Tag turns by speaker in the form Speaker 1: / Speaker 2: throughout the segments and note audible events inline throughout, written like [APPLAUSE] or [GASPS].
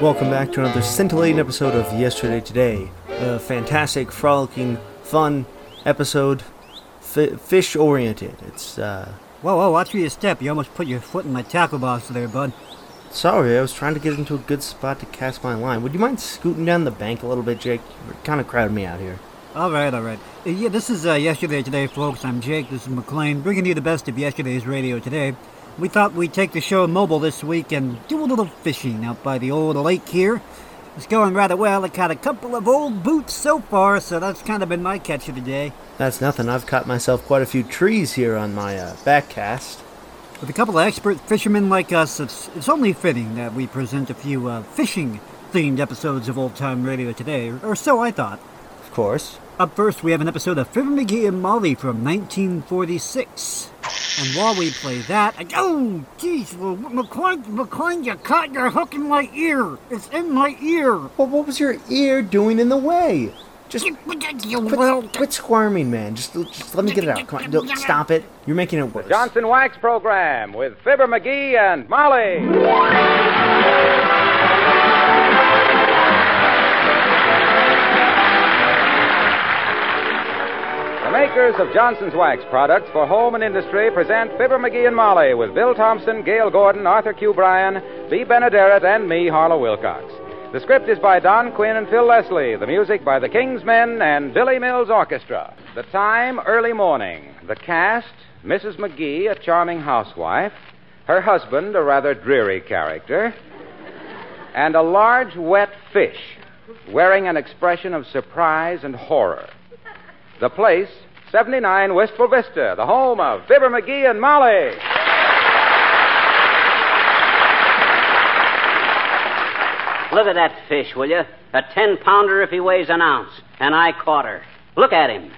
Speaker 1: Welcome back to another scintillating episode of Yesterday Today. A fantastic, frolicking, fun episode, fi fish oriented. It's, uh,
Speaker 2: Whoa, whoa, watch where you step. You almost put your foot in my tackle box there, bud.
Speaker 1: sorry, I was trying to get into a good spot to cast my line. Would you mind scooting down the bank a little bit, Jake? You're kind of crowding me out here.
Speaker 2: All right, all right. Uh, yeah, this is uh, Yesterday Today, folks. I'm Jake. This is McLean, bringing you the best of yesterday's radio today. We thought we'd take the show mobile this week and do a little fishing out by the old lake here. It's going rather well. I caught a couple of old boots so far, so that's kind of been my catch of the day.
Speaker 1: That's nothing. I've caught myself quite a few trees here on my uh, back cast.
Speaker 2: With a couple of expert fishermen like us, it's, it's only fitting that we present a few uh, fishing themed episodes of old time radio today, or so I thought.
Speaker 1: Of course.
Speaker 2: Up first, we have an episode of Fibber McGee and Molly from 1946. And while we play that, I, oh, geez, well, McCoy, McCoy, you caught your hook in my ear. It's in my ear.
Speaker 1: Well, what was your ear doing in the way? Just
Speaker 2: You, you
Speaker 1: quit,
Speaker 2: little-
Speaker 1: quit squirming, man. Just, just let me get it out. Come on, don't- stop it. You're making it worse.
Speaker 3: Johnson Wax program with Fibber McGee and Molly. The makers of Johnson's Wax products for home and industry present Fibber McGee and Molly with Bill Thompson, Gail Gordon, Arthur Q. Bryan, B. Benaderet, and me, Harlow Wilcox. The script is by Don Quinn and Phil Leslie. The music by the Kingsmen and Billy Mills Orchestra. The time, early morning. The cast, Mrs. McGee, a charming housewife. Her husband, a rather dreary character and a large wet fish wearing an expression of surprise and horror. The place, 79 Wistful Vista, the home of Fibber McGee and Molly.
Speaker 4: Look at that fish, will you? A ten pounder if he weighs an ounce. And I caught her. Look at him.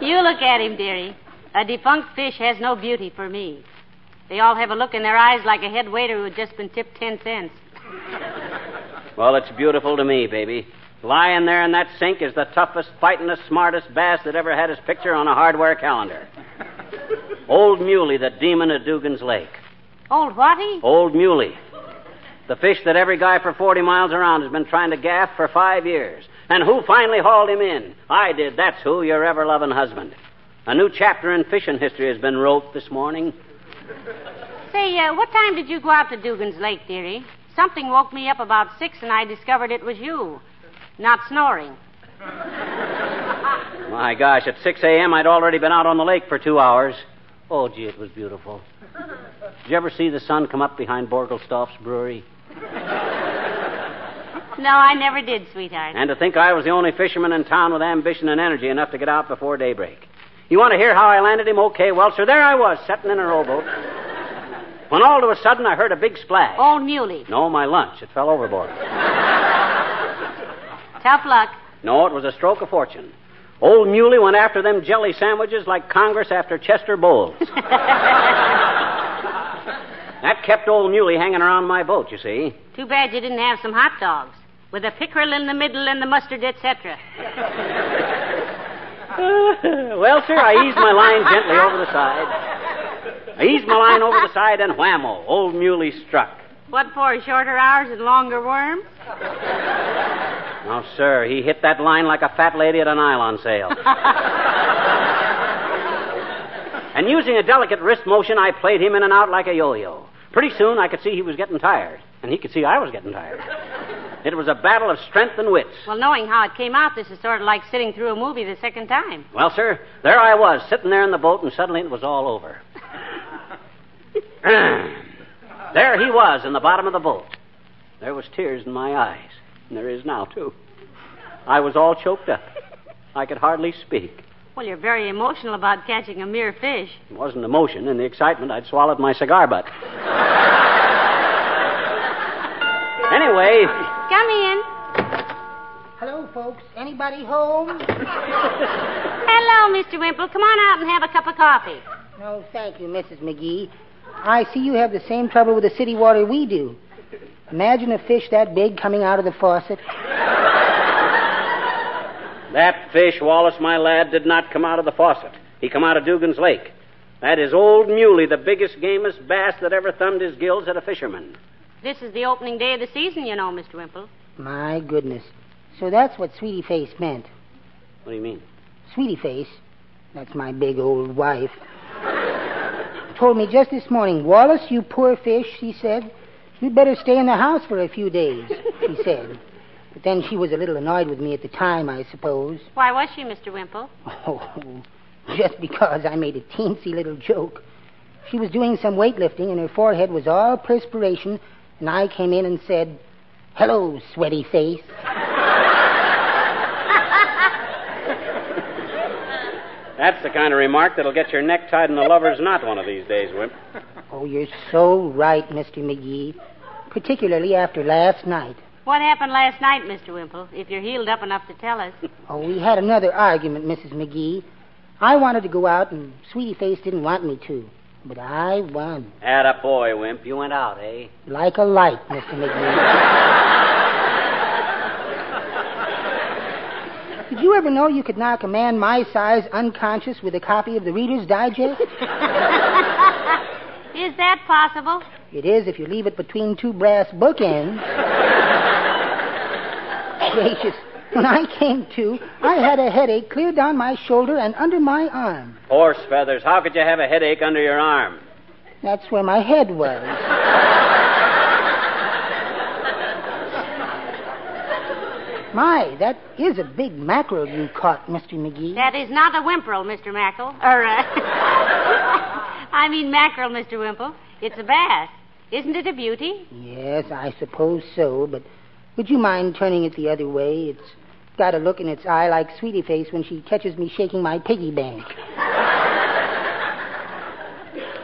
Speaker 5: You look at him, dearie. A defunct fish has no beauty for me. They all have a look in their eyes like a head waiter who had just been tipped ten cents.
Speaker 4: Well, it's beautiful to me, baby. Lying there in that sink is the toughest, fighting the smartest bass that ever had his picture on a hardware calendar. Old Muley, the demon of Dugan's Lake.
Speaker 5: Old Whitey?
Speaker 4: Old Muley. The fish that every guy for 40 miles around has been trying to gaff for five years. And who finally hauled him in? I did. That's who, your ever loving husband. A new chapter in fishing history has been wrote this morning.
Speaker 5: Say, uh, what time did you go out to Dugan's Lake, dearie? Something woke me up about six, and I discovered it was you. Not snoring.
Speaker 4: My gosh, at 6 a.m., I'd already been out on the lake for two hours. Oh, gee, it was beautiful. Did you ever see the sun come up behind Borgelstoff's brewery?
Speaker 5: No, I never did, sweetheart.
Speaker 4: And to think I was the only fisherman in town with ambition and energy enough to get out before daybreak. You want to hear how I landed him? Okay, well, sir, there I was, sitting in a rowboat. When all of a sudden I heard a big splash.
Speaker 5: Old
Speaker 4: [LAUGHS]
Speaker 5: Muley.
Speaker 4: No, my lunch. It fell overboard.
Speaker 5: Tough luck.
Speaker 4: No, it was a stroke of fortune. Old Muley went after them jelly sandwiches like Congress after Chester Bowles. that kept old Muley hanging around my boat, you see.
Speaker 5: Too bad you didn't have some hot dogs. With a pickerel in the middle and the mustard, etc.
Speaker 4: [LAUGHS] well, sir, I eased my line gently over the side. I eased my line over the side and whammo, old Muley struck.
Speaker 5: What for, shorter hours and longer worms?
Speaker 4: Now, sir, he hit that line like a fat lady at a nylon sale. and using a delicate wrist motion, I played him in and out like a yo-yo. Pretty soon, I could see he was getting tired, and he could see I was getting tired. It was a battle of strength and wits.
Speaker 5: Well, knowing how it came out, this is sort of like sitting through a movie the second time.
Speaker 4: Well, sir, there I was, sitting there in the boat, and suddenly it was all [LAUGHS] over. there he was in the bottom of the boat. There was tears in my eyes, and there is now, too. I was all choked up. I could hardly speak.
Speaker 5: Well, you're very emotional about catching a mere fish.
Speaker 4: It wasn't emotion. In the excitement, I'd swallowed my cigar butt. anyway,
Speaker 5: Come in.
Speaker 6: Hello, folks. Anybody home?
Speaker 5: Hello, Mr. Wimple. Come on out and have a cup of coffee.
Speaker 6: No, thank you, Mrs. McGee. I see you have the same trouble with the city water we do. Imagine a fish that big coming out of the faucet.
Speaker 4: that fish, Wallace, my lad, did not come out of the faucet. He come out of Dugan's Lake. That is old Muley, the biggest, gamest bass that ever thumbed his gills at a fisherman.
Speaker 5: This is the opening day of the season, you know, Mr. Wimple.
Speaker 6: My goodness. So that's what Sweetie Face meant.
Speaker 4: What do you mean?
Speaker 6: Sweetie Face, that's my big old wife, told me just this morning, Wallace, you poor fish, she said, you'd better stay in the house for a few days, she said. But then she was a little annoyed with me at the time, I suppose.
Speaker 5: Why was she, Mr. Wimple?
Speaker 6: Oh, just because I made a teensy little joke. She was doing some weightlifting and her forehead was all perspiration, and I came in and said, Hello, sweaty face.
Speaker 4: That's the kind of remark that'll get your neck tied in a lover's knot one of these days, Wimp.
Speaker 6: Oh, you're so right, Mr. McGee, particularly after last night.
Speaker 5: What happened last night, Mr. Wimple, if you're healed up enough to tell us? [LAUGHS]
Speaker 6: Oh, we had another argument, Mrs. McGee. I wanted to go out, and Sweetie Face didn't want me to. But I won.
Speaker 4: Add a boy, Wimp. You went out, eh?
Speaker 6: Like a light, Mr. McGee.
Speaker 7: [LAUGHS]
Speaker 6: Did you ever know you could knock a man my size unconscious with a copy of the Reader's Digest?
Speaker 5: Is that possible?
Speaker 6: It is if you leave it between two brass bookends.
Speaker 5: [LAUGHS]
Speaker 6: Gracious. When I came to, I had a headache clear down my shoulder and under my arm.
Speaker 4: Horse feathers. How could you have a headache under your arm?
Speaker 6: That's where my head was. my, that is a big mackerel you caught, Mr. McGee.
Speaker 5: That is not a whimperel, Mr. Mackerel. Or, uh, [LAUGHS] I mean mackerel, Mr. Wimple. It's a bass. Isn't it a beauty?
Speaker 6: Yes, I suppose so, but would you mind turning it the other way? It's got a look in its eye like Sweetie Face when she catches me shaking my piggy bank.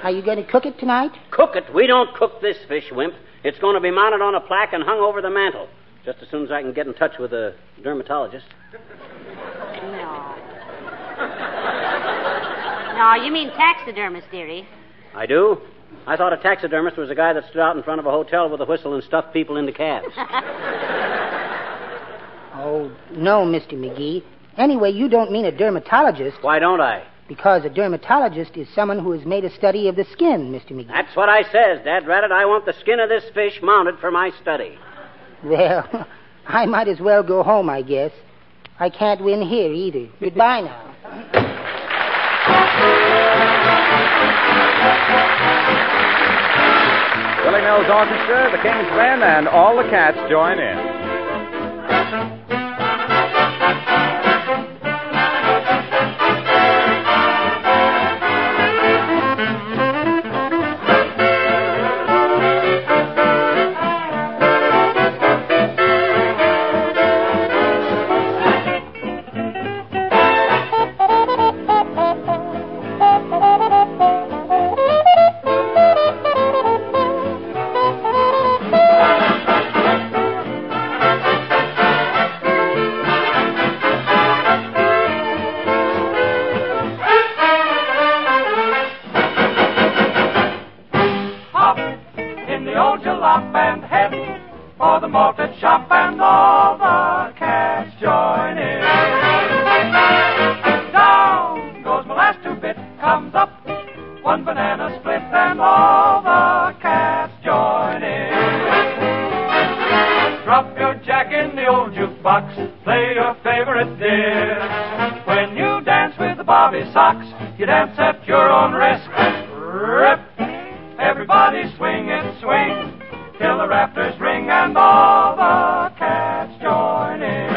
Speaker 6: Are you going to cook it tonight?
Speaker 4: Cook it. We don't cook this fish, Wimp. It's going to be mounted on a plaque and hung over the mantel. Just as soon as I can get in touch with a dermatologist.
Speaker 5: No. No, you mean taxidermist, dearie. [LAUGHS]
Speaker 4: I do? I thought a taxidermist was a guy that stood out in front of a hotel with a whistle and stuffed people into cabs.
Speaker 6: Oh, no, Mr. McGee. Anyway, you don't mean a dermatologist,
Speaker 4: Why don't I?
Speaker 6: because a dermatologist is someone who has made a study of the skin, Mr. McGee.
Speaker 4: That's what I says, Dad Rabbit. I want the skin of this fish mounted for my study.
Speaker 6: Well, [LAUGHS] I might as well go home, I guess. I can't win here either. Goodbye now.
Speaker 3: Willie Mills Orchestra, the King's Men, and all the cats join in.
Speaker 7: hop in the old jalop and head for the malted shop and all the cats join in. Down goes my last two bit, comes up one banana split and all the cats join in. Drop your jack in the old jukebox, play your favorite dear. When you dance with the Bobby Sox, you dance at your own risk. Rip. Everybody swing and swing till the rafters ring and all the cats join in.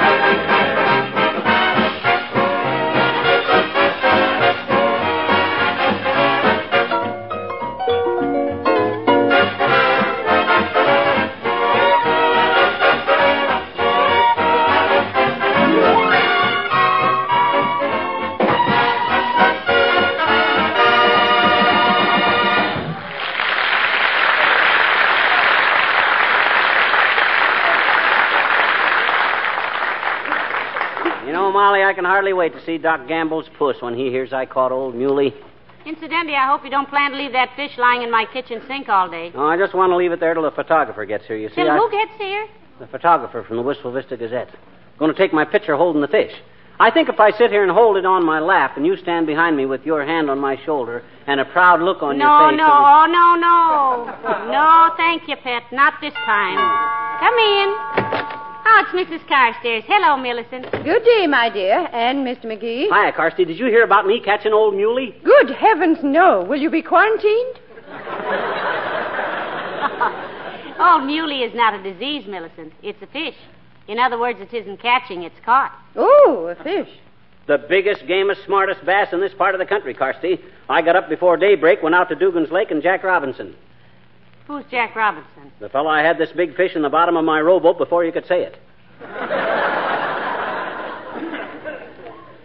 Speaker 4: You know, Molly, I can hardly wait to see Doc Gamble's puss when he hears I caught old Muley.
Speaker 5: Incidentally, I hope you don't plan to leave that fish lying in my kitchen sink all day.
Speaker 4: No, I just want to leave it there till the photographer gets here. You see,
Speaker 5: Till
Speaker 4: I,
Speaker 5: who gets here?
Speaker 4: the photographer from the Wistful Vista Gazette, going to take my picture holding the fish. I think if I sit here and hold it on my lap and you stand behind me with your hand on my shoulder and a proud look on
Speaker 5: No,
Speaker 4: your face.
Speaker 5: no, oh, no, no. No, thank you, Pet. Not this time. Come in. Oh, it's Mrs. Carstairs. Hello, Millicent.
Speaker 8: Good day, my dear, and Mr. McGee.
Speaker 4: Hiya, Carsty. Did you hear about me catching old muley?
Speaker 8: Good heavens, no. Will you be quarantined?
Speaker 5: Old Oh, muley is not a disease, Millicent. It's a fish. In other words, it isn't catching, it's caught.
Speaker 8: Oh, a fish.
Speaker 4: The biggest, gamest, smartest bass in this part of the country, Carsty. I got up before daybreak, went out to Dugan's Lake and Jack Robinson.
Speaker 5: Who's Jack Robinson?
Speaker 4: The fellow I had this big fish in the bottom of my rowboat before you could say it.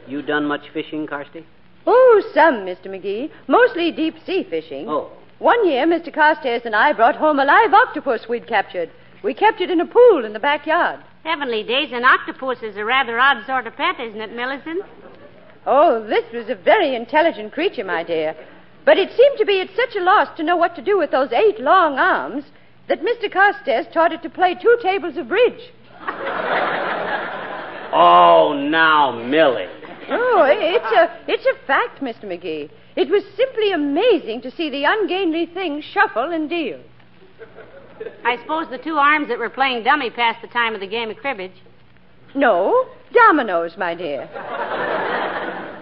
Speaker 4: you done much fishing, Carsty?
Speaker 8: Oh, some, Mr. McGee. Mostly deep sea fishing.
Speaker 4: Oh.
Speaker 8: One year, Mr. Carstairs and I brought home a live octopus we'd captured. We kept it in a pool in the backyard.
Speaker 5: Heavenly days, an octopus is a rather odd sort of pet, isn't it, Millicent?
Speaker 8: Oh, this was a very intelligent creature, my dear. But it seemed to be at such a loss to know what to do with those eight long arms that Mr. Carstairs taught it to play two tables of bridge.
Speaker 4: Oh, now, Millie.
Speaker 8: Oh, i- it's a, it's a fact, Mr. McGee. It was simply amazing to see the ungainly thing shuffle and deal.
Speaker 5: I suppose the two arms that were playing dummy passed the time of the game of cribbage.
Speaker 8: No, dominoes, my dear.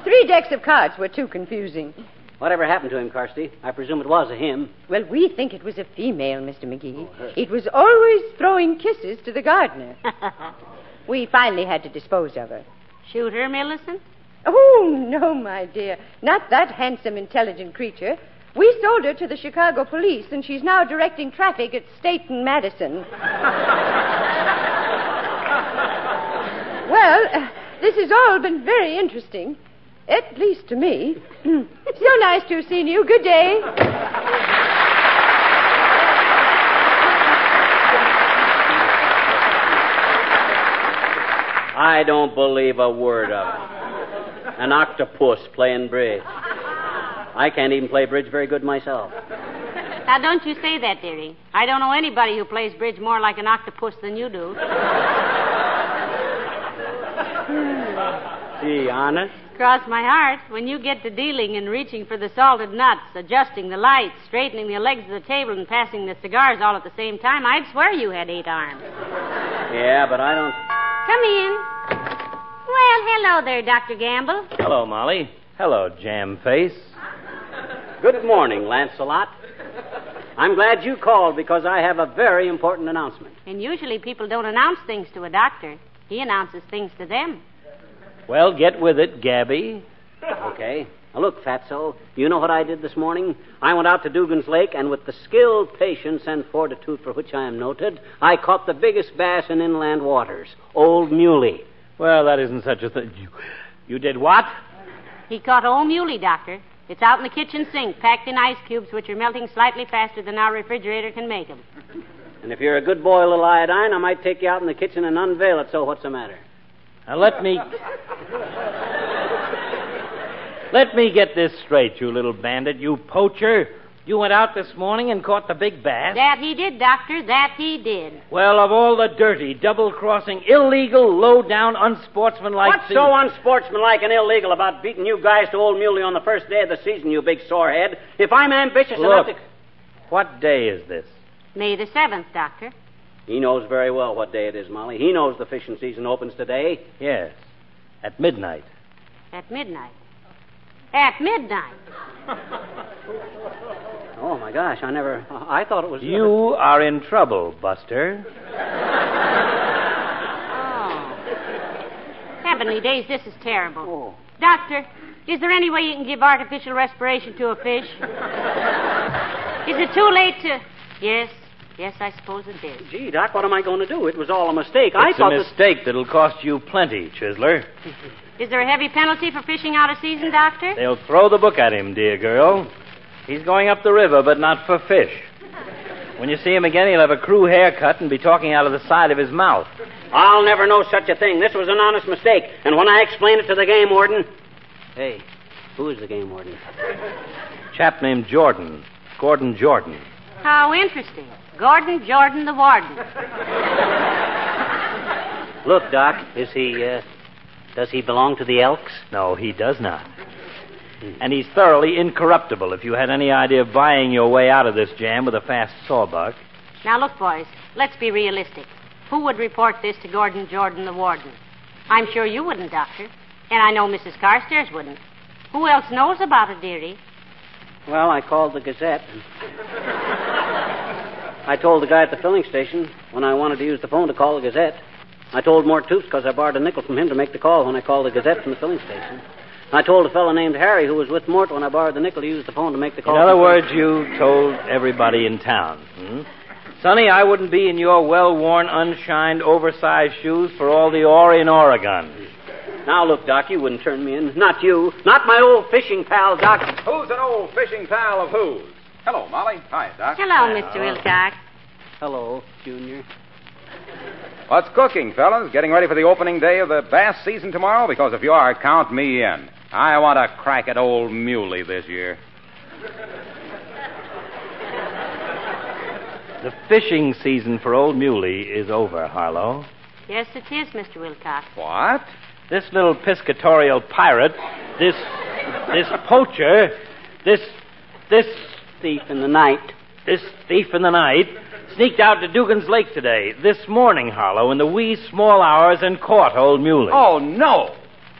Speaker 8: Three decks of cards were too confusing.
Speaker 4: Whatever happened to him, Carsty? I presume it was a him.
Speaker 8: Well, we think it was a female, Mr. McGee. it was always throwing kisses to the gardener. we finally had to dispose of her.
Speaker 5: Shoot her, Millicent?
Speaker 8: Oh, no, my dear. Not that handsome, intelligent creature. We sold her to the Chicago police, and she's now directing traffic at State and Madison.
Speaker 7: [LAUGHS]
Speaker 8: well, uh, this has all been very interesting. At least to me. [CLEARS THROAT] so nice to have seen you. Good day.
Speaker 4: I don't believe a word of it. An octopus playing bridge. I can't even play bridge very good myself.
Speaker 5: [LAUGHS] Now, don't you say that, dearie. I don't know anybody who plays bridge more like an octopus than you do.
Speaker 4: Gee, honest?
Speaker 5: Cross my heart, when you get to dealing and reaching for the salted nuts, adjusting the lights, straightening the legs of the table, and passing the cigars all at the same time, I'd swear you had eight arms.
Speaker 4: Yeah, but I don't.
Speaker 5: Come in. Well, hello there, Dr. Gamble.
Speaker 9: Hello, Molly. Hello, Jam Face.
Speaker 4: Good morning, Lancelot. I'm glad you called because I have a very important announcement.
Speaker 5: And usually people don't announce things to a doctor. He announces things to them.
Speaker 9: Well, get with it, [LAUGHS] Gabby.
Speaker 4: Okay? Now look, Fatso, you know what I did this morning? I went out to Dugan's Lake, and with the skill, patience, and fortitude for which I am noted, I caught the biggest bass in inland waters, old muley.
Speaker 9: Well, that isn't such a thing. You, you did what?
Speaker 5: He caught old muley, Doctor. It's out in the kitchen sink, packed in ice cubes, which are melting slightly faster than our refrigerator can make 'em.
Speaker 4: And if you're a good boy, little iodine, I might take you out in the kitchen and unveil it. So what's the matter?
Speaker 9: Now,
Speaker 4: [LAUGHS]
Speaker 9: let me. let me get this straight, you little bandit, you poacher. You went out this morning and caught the big bass.
Speaker 5: That he did, Doctor. That he did.
Speaker 9: Well, of all the dirty, double crossing, illegal, low down, unsportsmanlike
Speaker 4: What's
Speaker 9: thing-
Speaker 4: so unsportsmanlike and illegal about beating you guys to old muley on the first day of the season, you big sorehead? If I'm ambitious enough
Speaker 9: Look.
Speaker 4: to.
Speaker 9: What day is this?
Speaker 5: May the 7th, Doctor.
Speaker 4: He knows very well what day it is, Molly. He knows the fishing season opens today.
Speaker 9: Yes. At midnight.
Speaker 5: At midnight. At midnight.
Speaker 4: Oh, my gosh, I never. I thought it was.
Speaker 9: You are in trouble, Buster.
Speaker 5: Oh. Heavenly days, this is terrible.
Speaker 4: Oh.
Speaker 5: Doctor, is there any way you can give artificial respiration to
Speaker 4: [LAUGHS]
Speaker 5: a fish? is it too late to. Yes, yes, I suppose it is.
Speaker 4: Gee, Doc, what am I going to do? It was all a mistake. I
Speaker 9: It's a
Speaker 4: thought this-
Speaker 9: mistake that'll cost you plenty, Chisler.
Speaker 5: Is there a heavy penalty for fishing out of season, Doctor?
Speaker 9: They'll throw the book at him, dear girl. He's going up the river, but not for fish. When you see him again, he'll have a crew haircut and be talking out of the side of his mouth.
Speaker 4: I'll never know such a thing. This was an honest mistake. And when I explain it to the game warden. Hey, who is the game warden?
Speaker 9: Chap named Jordan. Gordon Jordan.
Speaker 5: How interesting. Gordon Jordan the Warden.
Speaker 4: Look, Doc, is he, uh, Does he belong to the Elks?
Speaker 9: No, he does not. And he's thoroughly incorruptible. If you had any idea of buying your way out of this jam with a fast sawbuck,
Speaker 5: Now, look, boys, let's be realistic. Who would report this to Gordon Jordan, the warden? I'm sure you wouldn't, Doctor. And I know Mrs. Carstairs wouldn't. Who else knows about it, dearie?
Speaker 4: Well, I called the Gazette. And I told the guy at the filling station when I wanted to use the phone to call the Gazette. I told Mort Toops because I borrowed a nickel from him to make the call when I called the Gazette from the filling station. I told a fellow named Harry who was with Mort when I borrowed the nickel to use the phone to make the call.
Speaker 9: In other words, you told everybody in town. Hmm? Sonny, I wouldn't be in your well worn, unshined, oversized shoes for all the ore in Oregon.
Speaker 4: Now look, Doc, you wouldn't turn me in. Not you. Not my old fishing pal, Doc.
Speaker 3: Who's an old fishing pal of whose? Hello, Molly. Hi, Doc.
Speaker 5: Hello, Mr. Wilcox.
Speaker 4: Hello, Junior.
Speaker 3: What's cooking, fellas? Getting ready for the opening day of the bass season tomorrow? Because if you are, count me in. I want a crack at old Muley this year.
Speaker 9: The fishing season for old Muley is over, Harlow.
Speaker 5: Yes, it is, Mr. Wilcox.
Speaker 3: What?
Speaker 9: This little piscatorial pirate, this this poacher, this this
Speaker 4: Thief in the night.
Speaker 9: this thief in the night sneaked out to Dugan's Lake today, this morning, Harlow, in the wee small hours, and caught old Muley.
Speaker 3: Oh, no.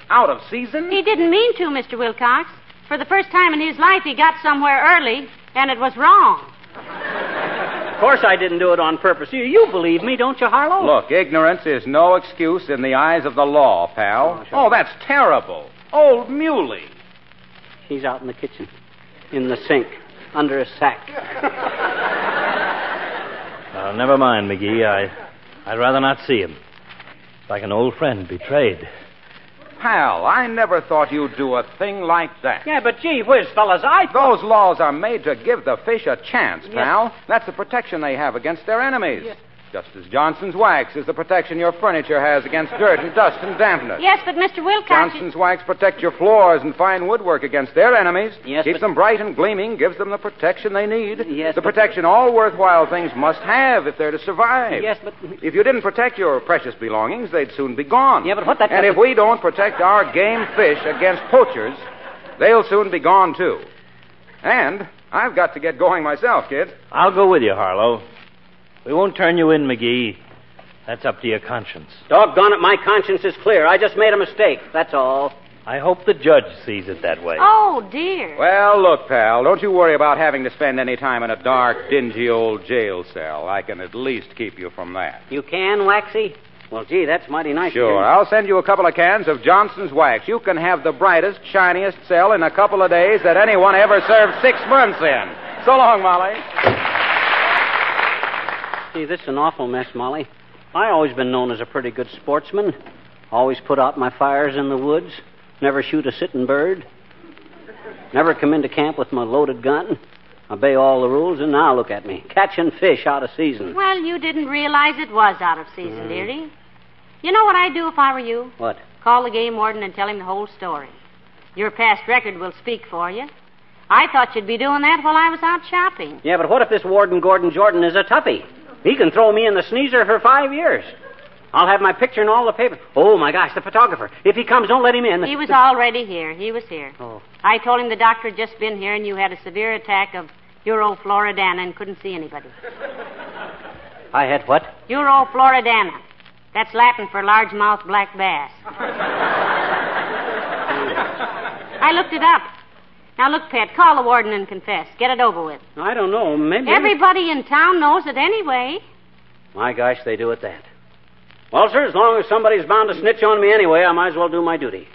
Speaker 3: Out of season?
Speaker 5: He didn't mean to, Mr. Wilcox. For the first time in his life, he got somewhere early, and it was wrong.
Speaker 4: Of course I didn't do it on purpose. You, you believe me, don't you, Harlow?
Speaker 3: Look, ignorance is no excuse in the eyes of the law, pal.
Speaker 4: Oh, sure.
Speaker 3: Oh, that's terrible. Old Muley.
Speaker 4: He's out in the kitchen, in the sink, under a sack.
Speaker 9: Uh, never mind, McGee. I, I'd rather not see him. Like an old friend betrayed.
Speaker 3: Pal, I never thought you'd do a thing like that.
Speaker 4: Yeah, but gee whiz, fellas, I
Speaker 3: Those laws are made to give the fish a chance, pal. That's the protection they have against their enemies. Just as Johnson's wax is the protection your furniture has against dirt and dust and dampness.
Speaker 5: Yes, but Mr. Wilcox.
Speaker 3: Johnson's wax protects your floors and fine woodwork against their enemies.
Speaker 4: Yes,
Speaker 3: Keeps
Speaker 4: but-
Speaker 3: them bright and gleaming, gives them the protection they need.
Speaker 4: Yes,
Speaker 3: The
Speaker 4: but-
Speaker 3: protection all worthwhile things must have if they're to survive.
Speaker 4: Yes, but-
Speaker 3: If you didn't protect your precious belongings, they'd soon be gone.
Speaker 4: Yeah, but what that-
Speaker 3: And if we don't protect our game fish against poachers, they'll soon be gone, too. And I've got to get going myself, kid.
Speaker 9: I'll go with you, Harlow. We won't turn you in, McGee. That's up to your conscience.
Speaker 4: Doggone it, my conscience is clear. I just made a mistake, that's all.
Speaker 9: I hope the judge sees it that way.
Speaker 5: Oh, dear.
Speaker 3: Well, look, pal, don't you worry about having to spend any time in a dark, dingy old jail cell. I can at least keep you from that.
Speaker 4: You can, Waxy? Well, gee, that's mighty nice. of you.
Speaker 3: Sure. I'll send you a couple of cans of Johnson's wax. You can have the brightest, shiniest cell in a couple of days that anyone ever served six months in. So long, Molly.
Speaker 4: Gee, this is an awful mess, Molly. I always been known as a pretty good sportsman. Always put out my fires in the woods. Never shoot a sitting bird. Never come into camp with my loaded gun. Obey all the rules, and now look at me. Catching fish out of season.
Speaker 5: Well, you didn't realize it was out of season, dearie. You know what I'd do if I were you?
Speaker 4: Mm. What?
Speaker 5: Call the game warden and tell him the whole story. Your past record will speak for you. I thought you'd be doing that while I was out shopping.
Speaker 4: Yeah, but what if this Warden Gordon Jordan is a toughie? He can throw me in the sneezer for five years. I'll have my picture in all the papers. Oh, my gosh, the photographer. If he comes, don't let him in.
Speaker 5: He was already here. He was here.
Speaker 4: Oh.
Speaker 5: I told him the doctor had just been here and you had a severe attack of Eurofloridana and couldn't
Speaker 4: [LAUGHS]
Speaker 5: see anybody.
Speaker 4: I had what?
Speaker 5: Eurofloridana. That's Latin for largemouth black bass. I looked it up. Now look, Pet, call the warden and confess. Get it over with.
Speaker 4: I don't know. Maybe.
Speaker 5: Everybody in town knows it anyway.
Speaker 4: My gosh, they do it that. Well, sir, as long as somebody's bound to snitch on me anyway, I might as well do my duty.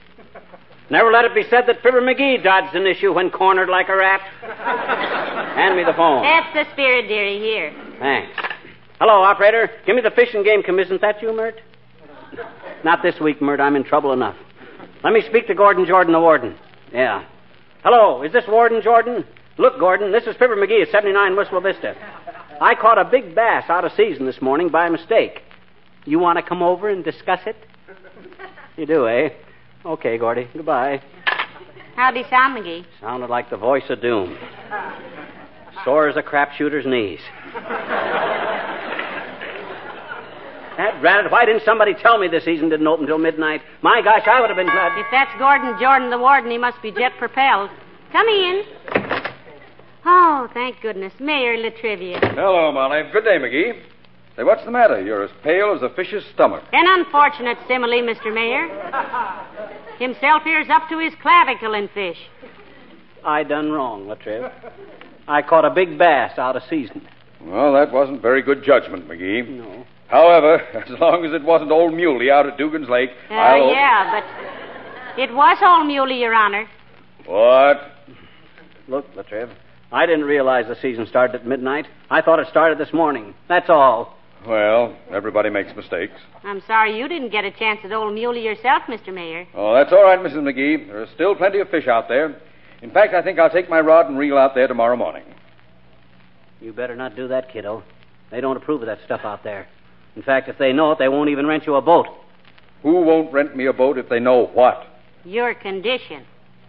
Speaker 4: Never let it be said that Fibber McGee dodged an issue when cornered like a rat. [LAUGHS] Hand me the phone.
Speaker 5: That's the spirit, dearie, here.
Speaker 4: Thanks. Hello, operator. Give me the fish and game commission. Isn't that you, Mert? Not this week, Mert. I'm in trouble enough. Let me speak to Gordon Jordan, the warden. Yeah. Hello, is this Warden Jordan? Look, Gordon, this is Pipper McGee of 79 Whistle Vista. I caught a big bass out of season this morning by mistake. You want to come over and discuss it? You do, eh? Okay, Gordy. Goodbye.
Speaker 5: Howdy, Sam McGee.
Speaker 4: Sounded like the voice of doom. Sore as a crapshooter's knees. That rat it, why didn't somebody tell me the season didn't open till midnight? My gosh, I would have been glad.
Speaker 5: If that's Gordon Jordan the warden, he must be jet propelled. Come in. Oh, thank goodness. Mayor Latrivia.
Speaker 10: Hello, Molly. Good day, McGee. Say, what's the matter? You're as pale as a fish's stomach.
Speaker 5: An unfortunate simile, Mr. Mayor. Himself here's up to his clavicle in fish.
Speaker 4: I done wrong, Latriv. I caught a big bass out of season.
Speaker 10: Well, that wasn't very good judgment, McGee.
Speaker 4: No.
Speaker 10: However, [LAUGHS] as long as it wasn't old Muley out at Dugan's Lake,
Speaker 5: Uh,
Speaker 10: I'll.
Speaker 5: yeah, but it was all muley, Your Honor.
Speaker 10: What?
Speaker 4: Look, Latriv, I didn't realize the season started at midnight. I thought it started this morning. That's all.
Speaker 10: Well, everybody makes mistakes.
Speaker 5: I'm sorry you didn't get a chance at old muley yourself, Mr. Mayor.
Speaker 10: Oh, that's all right, Mrs. McGee. There are still plenty of fish out there. In fact, I think I'll take my rod and reel out there tomorrow morning.
Speaker 4: You better not do that, kiddo. They don't approve of that stuff out there. In fact, if they know it, they won't even rent you a boat.
Speaker 10: Who won't rent me a boat if they know what?
Speaker 5: Your condition.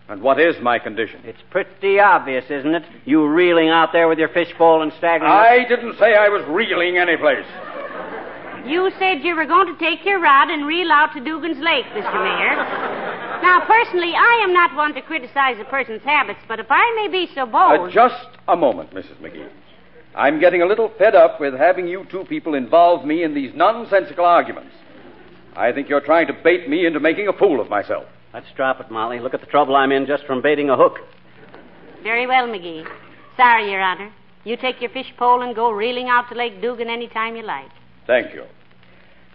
Speaker 10: And what is my condition?
Speaker 4: It's pretty obvious, isn't it? You reeling out there with your fishbowl and staggering.
Speaker 10: I didn't say I was reeling anyplace.
Speaker 5: You said you were going to take your rod and reel out to Dugan's Lake, Mr. Mayor. Now, personally, I am not one to criticize a person's habits, but if I may be so
Speaker 10: Uh,
Speaker 5: bold.
Speaker 10: just a moment, Mrs. McGee. I'm getting a little fed up with having you two people involve me in these nonsensical arguments. I think you're trying to bait me into making a fool of myself.
Speaker 4: Let's drop it, Molly. Look at the trouble I'm in just from baiting a hook.
Speaker 5: Very well, McGee. Sorry, Your Honor. You take your fish pole and go reeling out to Lake Dugan any time you like.
Speaker 10: Thank you.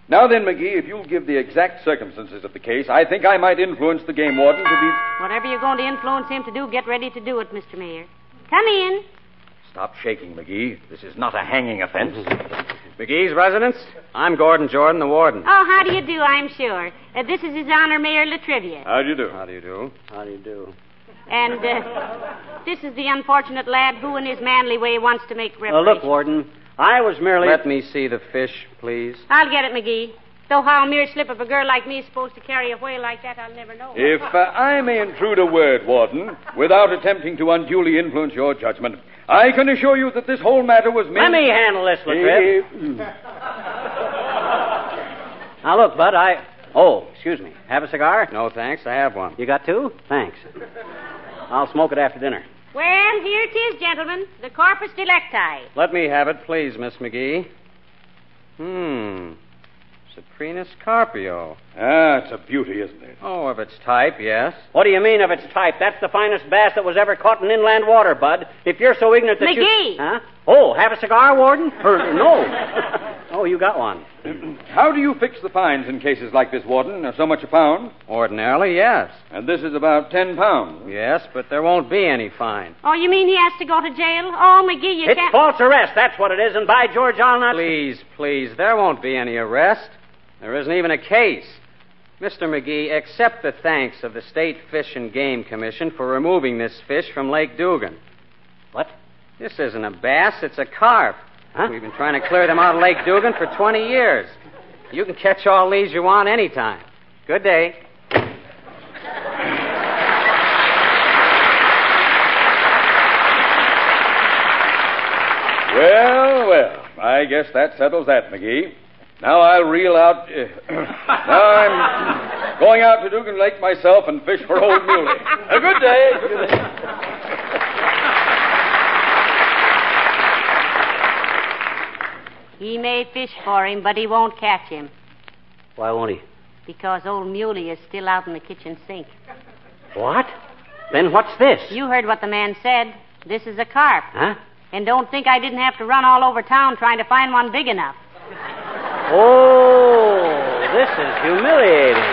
Speaker 10: Now then, McGee, if you'll give the exact circumstances of the case, I think I might influence the game warden to be.
Speaker 5: Whatever you're going to influence him to do, get ready to do it, Mr. Mayor. Come in.
Speaker 10: Stop shaking, McGee. This is not a hanging offense.
Speaker 9: McGee's residence? I'm Gordon Jordan, the warden.
Speaker 5: Oh, how do you do, I'm sure. Uh, this is His Honor Mayor Latrivia.
Speaker 10: How do you do?
Speaker 9: How do you do?
Speaker 4: How do you do?
Speaker 5: And uh, this is the unfortunate lad who, in his manly way, wants to make
Speaker 4: Well,
Speaker 5: reparations.
Speaker 4: look, Warden. I was merely.
Speaker 9: Let me see the fish, please.
Speaker 5: I'll get it, McGee. Though how a mere slip of a girl like me is supposed to carry a whale like that, I'll never know.
Speaker 10: If uh, I may intrude a word, Warden, without attempting to unduly influence your judgment, I can assure you that this whole matter was
Speaker 4: Let
Speaker 10: meant.
Speaker 4: me handle this, Latrib.
Speaker 10: Eh,
Speaker 4: Now, look, Bud, I. Oh, excuse me. Have a cigar?
Speaker 9: No, thanks. I have one.
Speaker 4: You got two? Thanks. I'll smoke it after dinner.
Speaker 5: Well, here it is, gentlemen. The corpus delicti.
Speaker 9: Let me have it, please, Miss McGee. Hmm. Saprinus carpio.
Speaker 10: Ah, it's a beauty, isn't it?
Speaker 9: Oh, of its type, yes.
Speaker 4: What do you mean of its type? That's the finest bass that was ever caught in inland water, Bud. If you're so ignorant that you.
Speaker 5: McGee!
Speaker 4: Huh? Oh, have a cigar, Warden? Or, no. oh, you got one.
Speaker 10: [CLEARS THROAT] How do you fix the fines in cases like this, Warden? Are so much a pound?
Speaker 9: Ordinarily, yes.
Speaker 10: And this is about ten pounds.
Speaker 9: Yes, but there won't be any fine.
Speaker 5: Oh, you mean he has to go to jail? Oh, McGee, you
Speaker 4: it's
Speaker 5: can't.
Speaker 4: false arrest. That's what it is. And by George, I'll not.
Speaker 9: Please, please, there won't be any arrest. There isn't even a case. Mr. McGee, accept the thanks of the State Fish and Game Commission for removing this fish from Lake Dugan.
Speaker 4: What?
Speaker 9: This isn't a bass, it's a carp.
Speaker 4: Huh?
Speaker 9: We've been trying to clear them out of Lake Dugan for 20 years. You can catch all these you want anytime. Good day.
Speaker 10: Well, well, I guess that settles that, McGee. Now I'll reel out. eh, [CLEARS THROAT] now I'm going out to Dugan Lake myself and fish for old Muley. A good day. Good day.
Speaker 5: He may fish for him, but he won't catch him
Speaker 4: Why won't he?
Speaker 5: because old Muley is still out in the kitchen sink.
Speaker 4: What? Then what's this?
Speaker 5: You heard what the man said. This is a carp.
Speaker 4: Huh?
Speaker 5: And don't think I didn't have to run all over town trying to find one big enough.
Speaker 4: Oh, this is humiliating.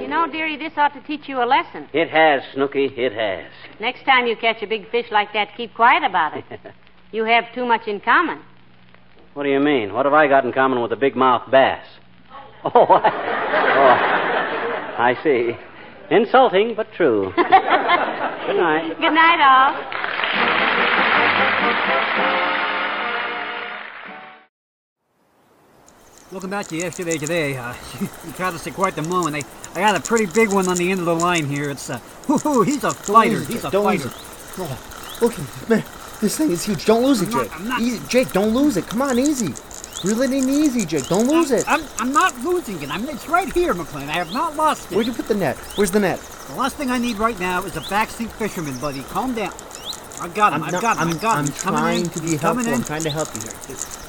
Speaker 5: You know, dearie, this ought to teach you a lesson.
Speaker 4: It has, Snooky. It has.
Speaker 5: Next time you catch a big fish like that, keep quiet about it. You have too much in common.
Speaker 4: what do you mean? What have I got in common with a big mouth bass? Oh, [LAUGHS] I, oh, I see. Insulting, but true. Good night.
Speaker 5: Good night, all.
Speaker 2: Welcome back to yesterday today. Uh, [LAUGHS] you caught us at quite the moment. I, I got a pretty big one on the end of the line here. It's uh, [LAUGHS] whoo, he's a fighter.
Speaker 1: lose it,
Speaker 2: He's a
Speaker 1: Jake. Don't lose
Speaker 2: fighter.
Speaker 1: it. Look, man, this thing is huge. Don't lose it,
Speaker 2: I'm not-
Speaker 1: Jake.
Speaker 2: I'm not-
Speaker 1: Easy, E, Jake, don't lose it. Come on, easy. Reel it in easy, Jake. Don't lose it.
Speaker 2: I'm, I'm not losing it. I'm, it's right here, McLean. I have not lost it.
Speaker 1: Where'd you put the net? Where's the net?
Speaker 2: The last thing I need right now is a backseat fisherman, buddy. Calm down. I've got him. I've got him.
Speaker 1: I'm,
Speaker 2: I've got him.
Speaker 1: I'm
Speaker 2: He's coming
Speaker 1: trying
Speaker 2: in.
Speaker 1: to be
Speaker 2: He's
Speaker 1: helpful.
Speaker 2: coming in.
Speaker 1: I'm trying to help you here.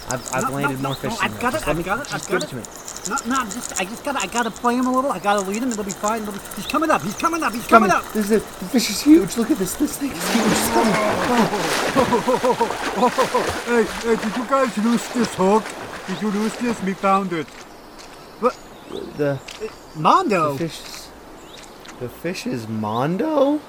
Speaker 1: I've, I've
Speaker 2: No,
Speaker 1: landed
Speaker 2: no,
Speaker 1: more
Speaker 2: no,
Speaker 1: fish
Speaker 2: no,
Speaker 1: than
Speaker 2: I've
Speaker 1: that.
Speaker 2: got
Speaker 1: Just
Speaker 2: it,
Speaker 1: let
Speaker 2: I've
Speaker 1: me-
Speaker 2: got it,
Speaker 1: just
Speaker 2: I've
Speaker 1: give
Speaker 2: got
Speaker 1: it to me.
Speaker 2: No, no, I'm just I just gotta I gotta play him a little. I gotta lead him. It'll be fine. It'll be, he's coming up. He's coming up. He's coming, up.
Speaker 1: This is it. The fish is huge. Look at this. This thing is huge. It's coming.
Speaker 2: Hey, hey, did you guys lose this hook? Did you lose this? We found it.
Speaker 1: The, the
Speaker 2: Mondo,
Speaker 1: fish is... The fish is Mondo?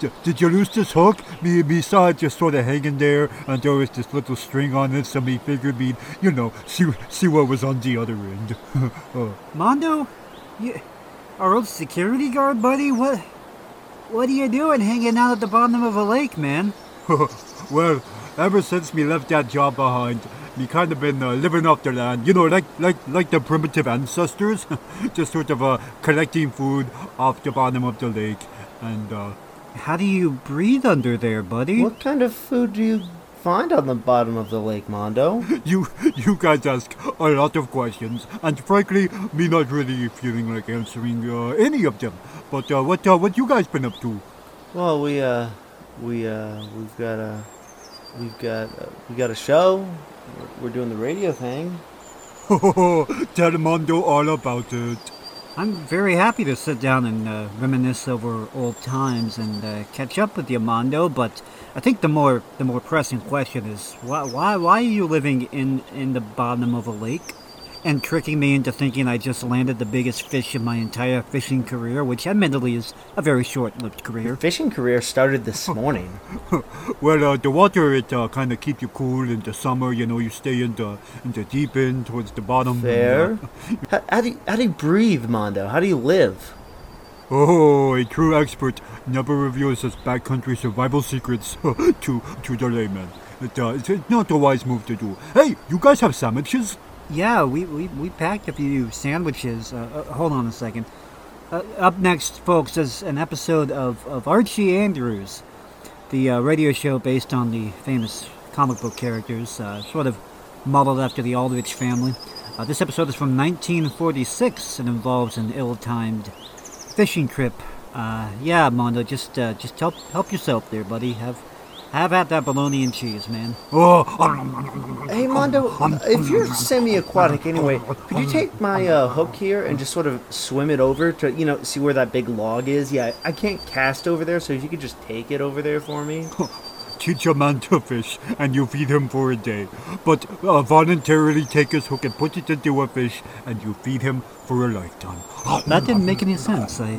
Speaker 11: D- Did you lose this hook? Me, me saw it just sort of hanging there, and there was this little string on it, so me figured me, you know, see see what was on the other end. [LAUGHS] oh.
Speaker 2: Mondo, you, our old security guard buddy. What, what are you doing hanging out at the bottom of a lake, man?
Speaker 11: [LAUGHS] well, ever since me left that job behind, me kind of been uh, living off the land, you know, like like like the primitive ancestors, [LAUGHS] just sort of uh, collecting food off the bottom of the lake, and uh,
Speaker 2: How do you breathe under there, buddy?
Speaker 1: What kind of food do you find on the bottom of the lake, Mondo?
Speaker 11: [LAUGHS] you you guys ask a lot of questions, and frankly, me not really feeling like answering uh, any of them. But uh, what uh, what you guys been up to?
Speaker 1: Well, we uh, we uh, we've got a, we've got a, we got a show. We're- We're doing the radio thing.
Speaker 11: [LAUGHS] Tell Mondo all about it.
Speaker 2: I'm very happy to sit down and uh, reminisce over old times and uh, catch up with you, Mondo. But I think the more the more pressing question is why why why are you living in in the bottom of a lake and tricking me into thinking I just landed the biggest fish of my entire fishing career, which admittedly is a very short-lived
Speaker 1: Your
Speaker 2: career.
Speaker 1: fishing career
Speaker 11: [LAUGHS]
Speaker 1: started this morning.
Speaker 11: Well, uh, the water it uh, kind of keeps you cool in the summer. You know, you stay in the in the deep end towards the bottom. and, uh, [LAUGHS]
Speaker 1: Fair. How, how do you, how do you breathe, Mondo? How do you live?
Speaker 11: oh, a true expert never reveals his backcountry survival secrets [LAUGHS] to to the layman. It, uh, it's it's not a wise move to do. Hey, you guys have sandwiches?
Speaker 2: Yeah, we we, we packed a few sandwiches. Uh, uh, hold on a second. Uh, up next, folks, is an episode of, of Archie Andrews, the uh, radio show based on the famous comic book characters, uh, sort of modeled after the Aldrich family. Uh, this episode is from 1946 and involves an ill-timed fishing trip. Uh, yeah, Mondo, just uh, just help help yourself there, buddy. Have have at that bologna and cheese, man. [LAUGHS]
Speaker 11: Oh,
Speaker 1: Hey, Mondo, if you're semi-aquatic anyway, could you take my uh, hook here and just sort of swim it over to you know see where that big log is? Yeah, I can't cast over there, so if you could just take it over there for me.
Speaker 11: teach a man to fish, and you feed him for a day. But uh, voluntarily take his hook and put it into a fish, and you feed him for a lifetime.
Speaker 2: That didn't make any sense. I,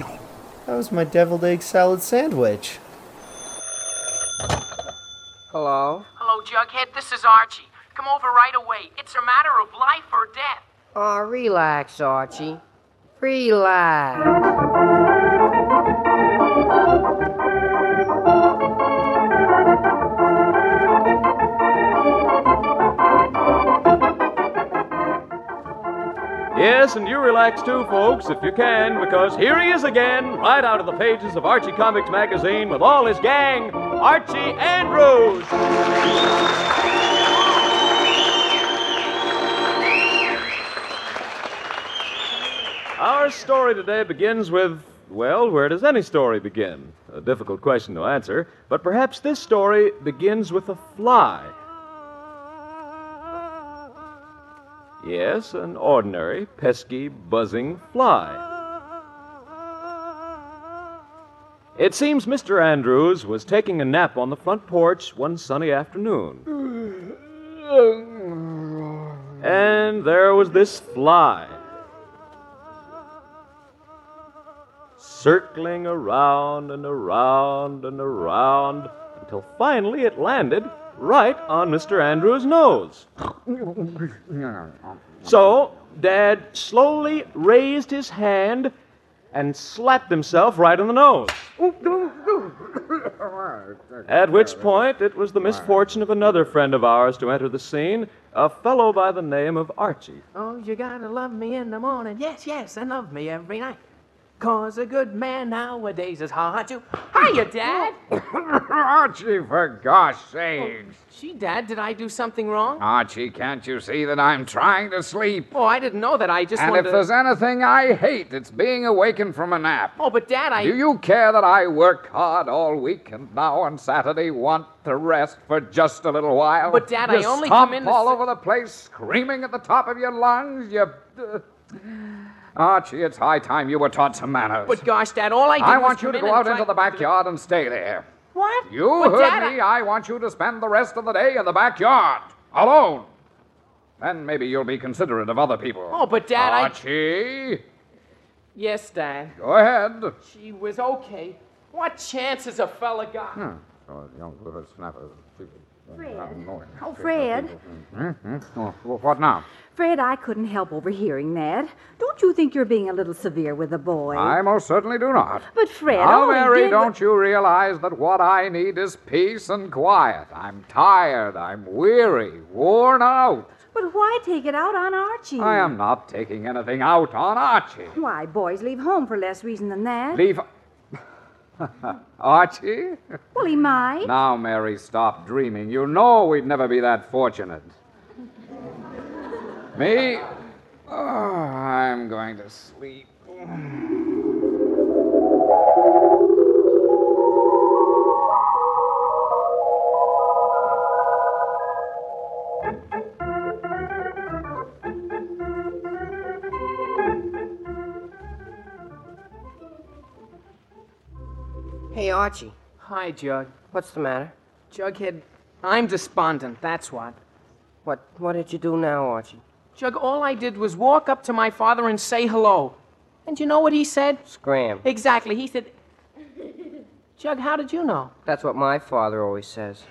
Speaker 1: That was my deviled egg salad sandwich.
Speaker 12: Hello?
Speaker 13: Hello, Jughead. This is Archie. Come over right away. It's a matter of life or death.
Speaker 12: Oh, relax, Archie. Relax.
Speaker 14: Yes, and you relax too, folks, if you can, because here he is again, right out of the pages of Archie Comics magazine with all his gang, Archie Andrews. Our story today begins with, well, where does any story begin? A difficult question to answer, but perhaps this story begins with a fly. Yes, an ordinary, pesky, buzzing fly. It seems Mr. Andrews was taking a nap on the front porch one sunny afternoon. And there was this fly. Circling around and around and around until finally it landed right on Mr. Andrews' nose. So, Dad slowly raised his hand and slapped himself right on the nose. At which point, it was the misfortune of another friend of ours to enter the scene, a fellow by the name of Archie.
Speaker 13: Oh, you gotta love me in the morning. Yes, yes, and love me every night. Cause a good man nowadays is hard to. Hiya, Dad!
Speaker 15: Archie, for gosh sakes.
Speaker 13: Gee, Dad, did I do something wrong?
Speaker 15: Archie, can't you see that I'm trying to sleep?
Speaker 13: Oh, I didn't know that. I just
Speaker 15: and
Speaker 13: wanted
Speaker 15: if there's
Speaker 13: to.
Speaker 15: anything I hate, it's being awakened from a nap.
Speaker 13: Oh, but Dad, I.
Speaker 15: Do you care that I work hard all week and now on Saturday want to rest for just a little while?
Speaker 13: But, Dad,
Speaker 15: Oh, you
Speaker 13: I only
Speaker 15: stomp
Speaker 13: come in to
Speaker 15: all
Speaker 13: sit-
Speaker 15: over the place, screaming at the top of your uh, lungs. You, Archie, it's high time you were taught some manners.
Speaker 13: But gosh, Dad, all I did was
Speaker 15: want you
Speaker 13: come
Speaker 15: to
Speaker 13: in
Speaker 15: go
Speaker 13: and
Speaker 15: out
Speaker 13: try-
Speaker 15: into the backyard and stay there.
Speaker 13: What?
Speaker 15: You
Speaker 13: But,
Speaker 15: heard
Speaker 13: Dad,
Speaker 15: me. I... want you to spend the rest of the day in the backyard alone. Then maybe you'll be considerate of other people.
Speaker 13: Oh, but, Dad, I-
Speaker 15: Archie,
Speaker 13: Yes, Dad.
Speaker 15: go ahead.
Speaker 13: She was okay. What chances a fella got?
Speaker 15: Hmm. Oh, young whippersnapper. Fred.
Speaker 16: Oh, Fred.
Speaker 15: Hmm? What now?
Speaker 16: Fred, I couldn't help overhearing that. Don't you think you're being a little severe with the boy?
Speaker 15: I most certainly do not.
Speaker 16: But Fred, oh,
Speaker 15: now,
Speaker 16: all he
Speaker 15: Mary,
Speaker 16: did was-
Speaker 15: don't you realize that what I need is peace and quiet? I'm tired. I'm weary, worn out.
Speaker 16: But why take it out on Archie?
Speaker 15: I am not taking anything out on Archie.
Speaker 16: Why, boys leave home for less reason than that.
Speaker 15: Leave. [LAUGHS] Archie?
Speaker 16: Well, he might.
Speaker 15: Now, Mary, stop dreaming. You know we'd never be that fortunate. Me? Oh, I'm going to sleep.
Speaker 13: Hey, Archie. Hi, Jug. What's the matter? Jughead, I'm despondent, that's what. What what did you do now, Archie? Jug, all I did was walk up to my father and say hello. And you know what he said?
Speaker 12: Scram.
Speaker 13: Exactly. He said [LAUGHS] Jug, how did you know?
Speaker 12: That's what my father always says.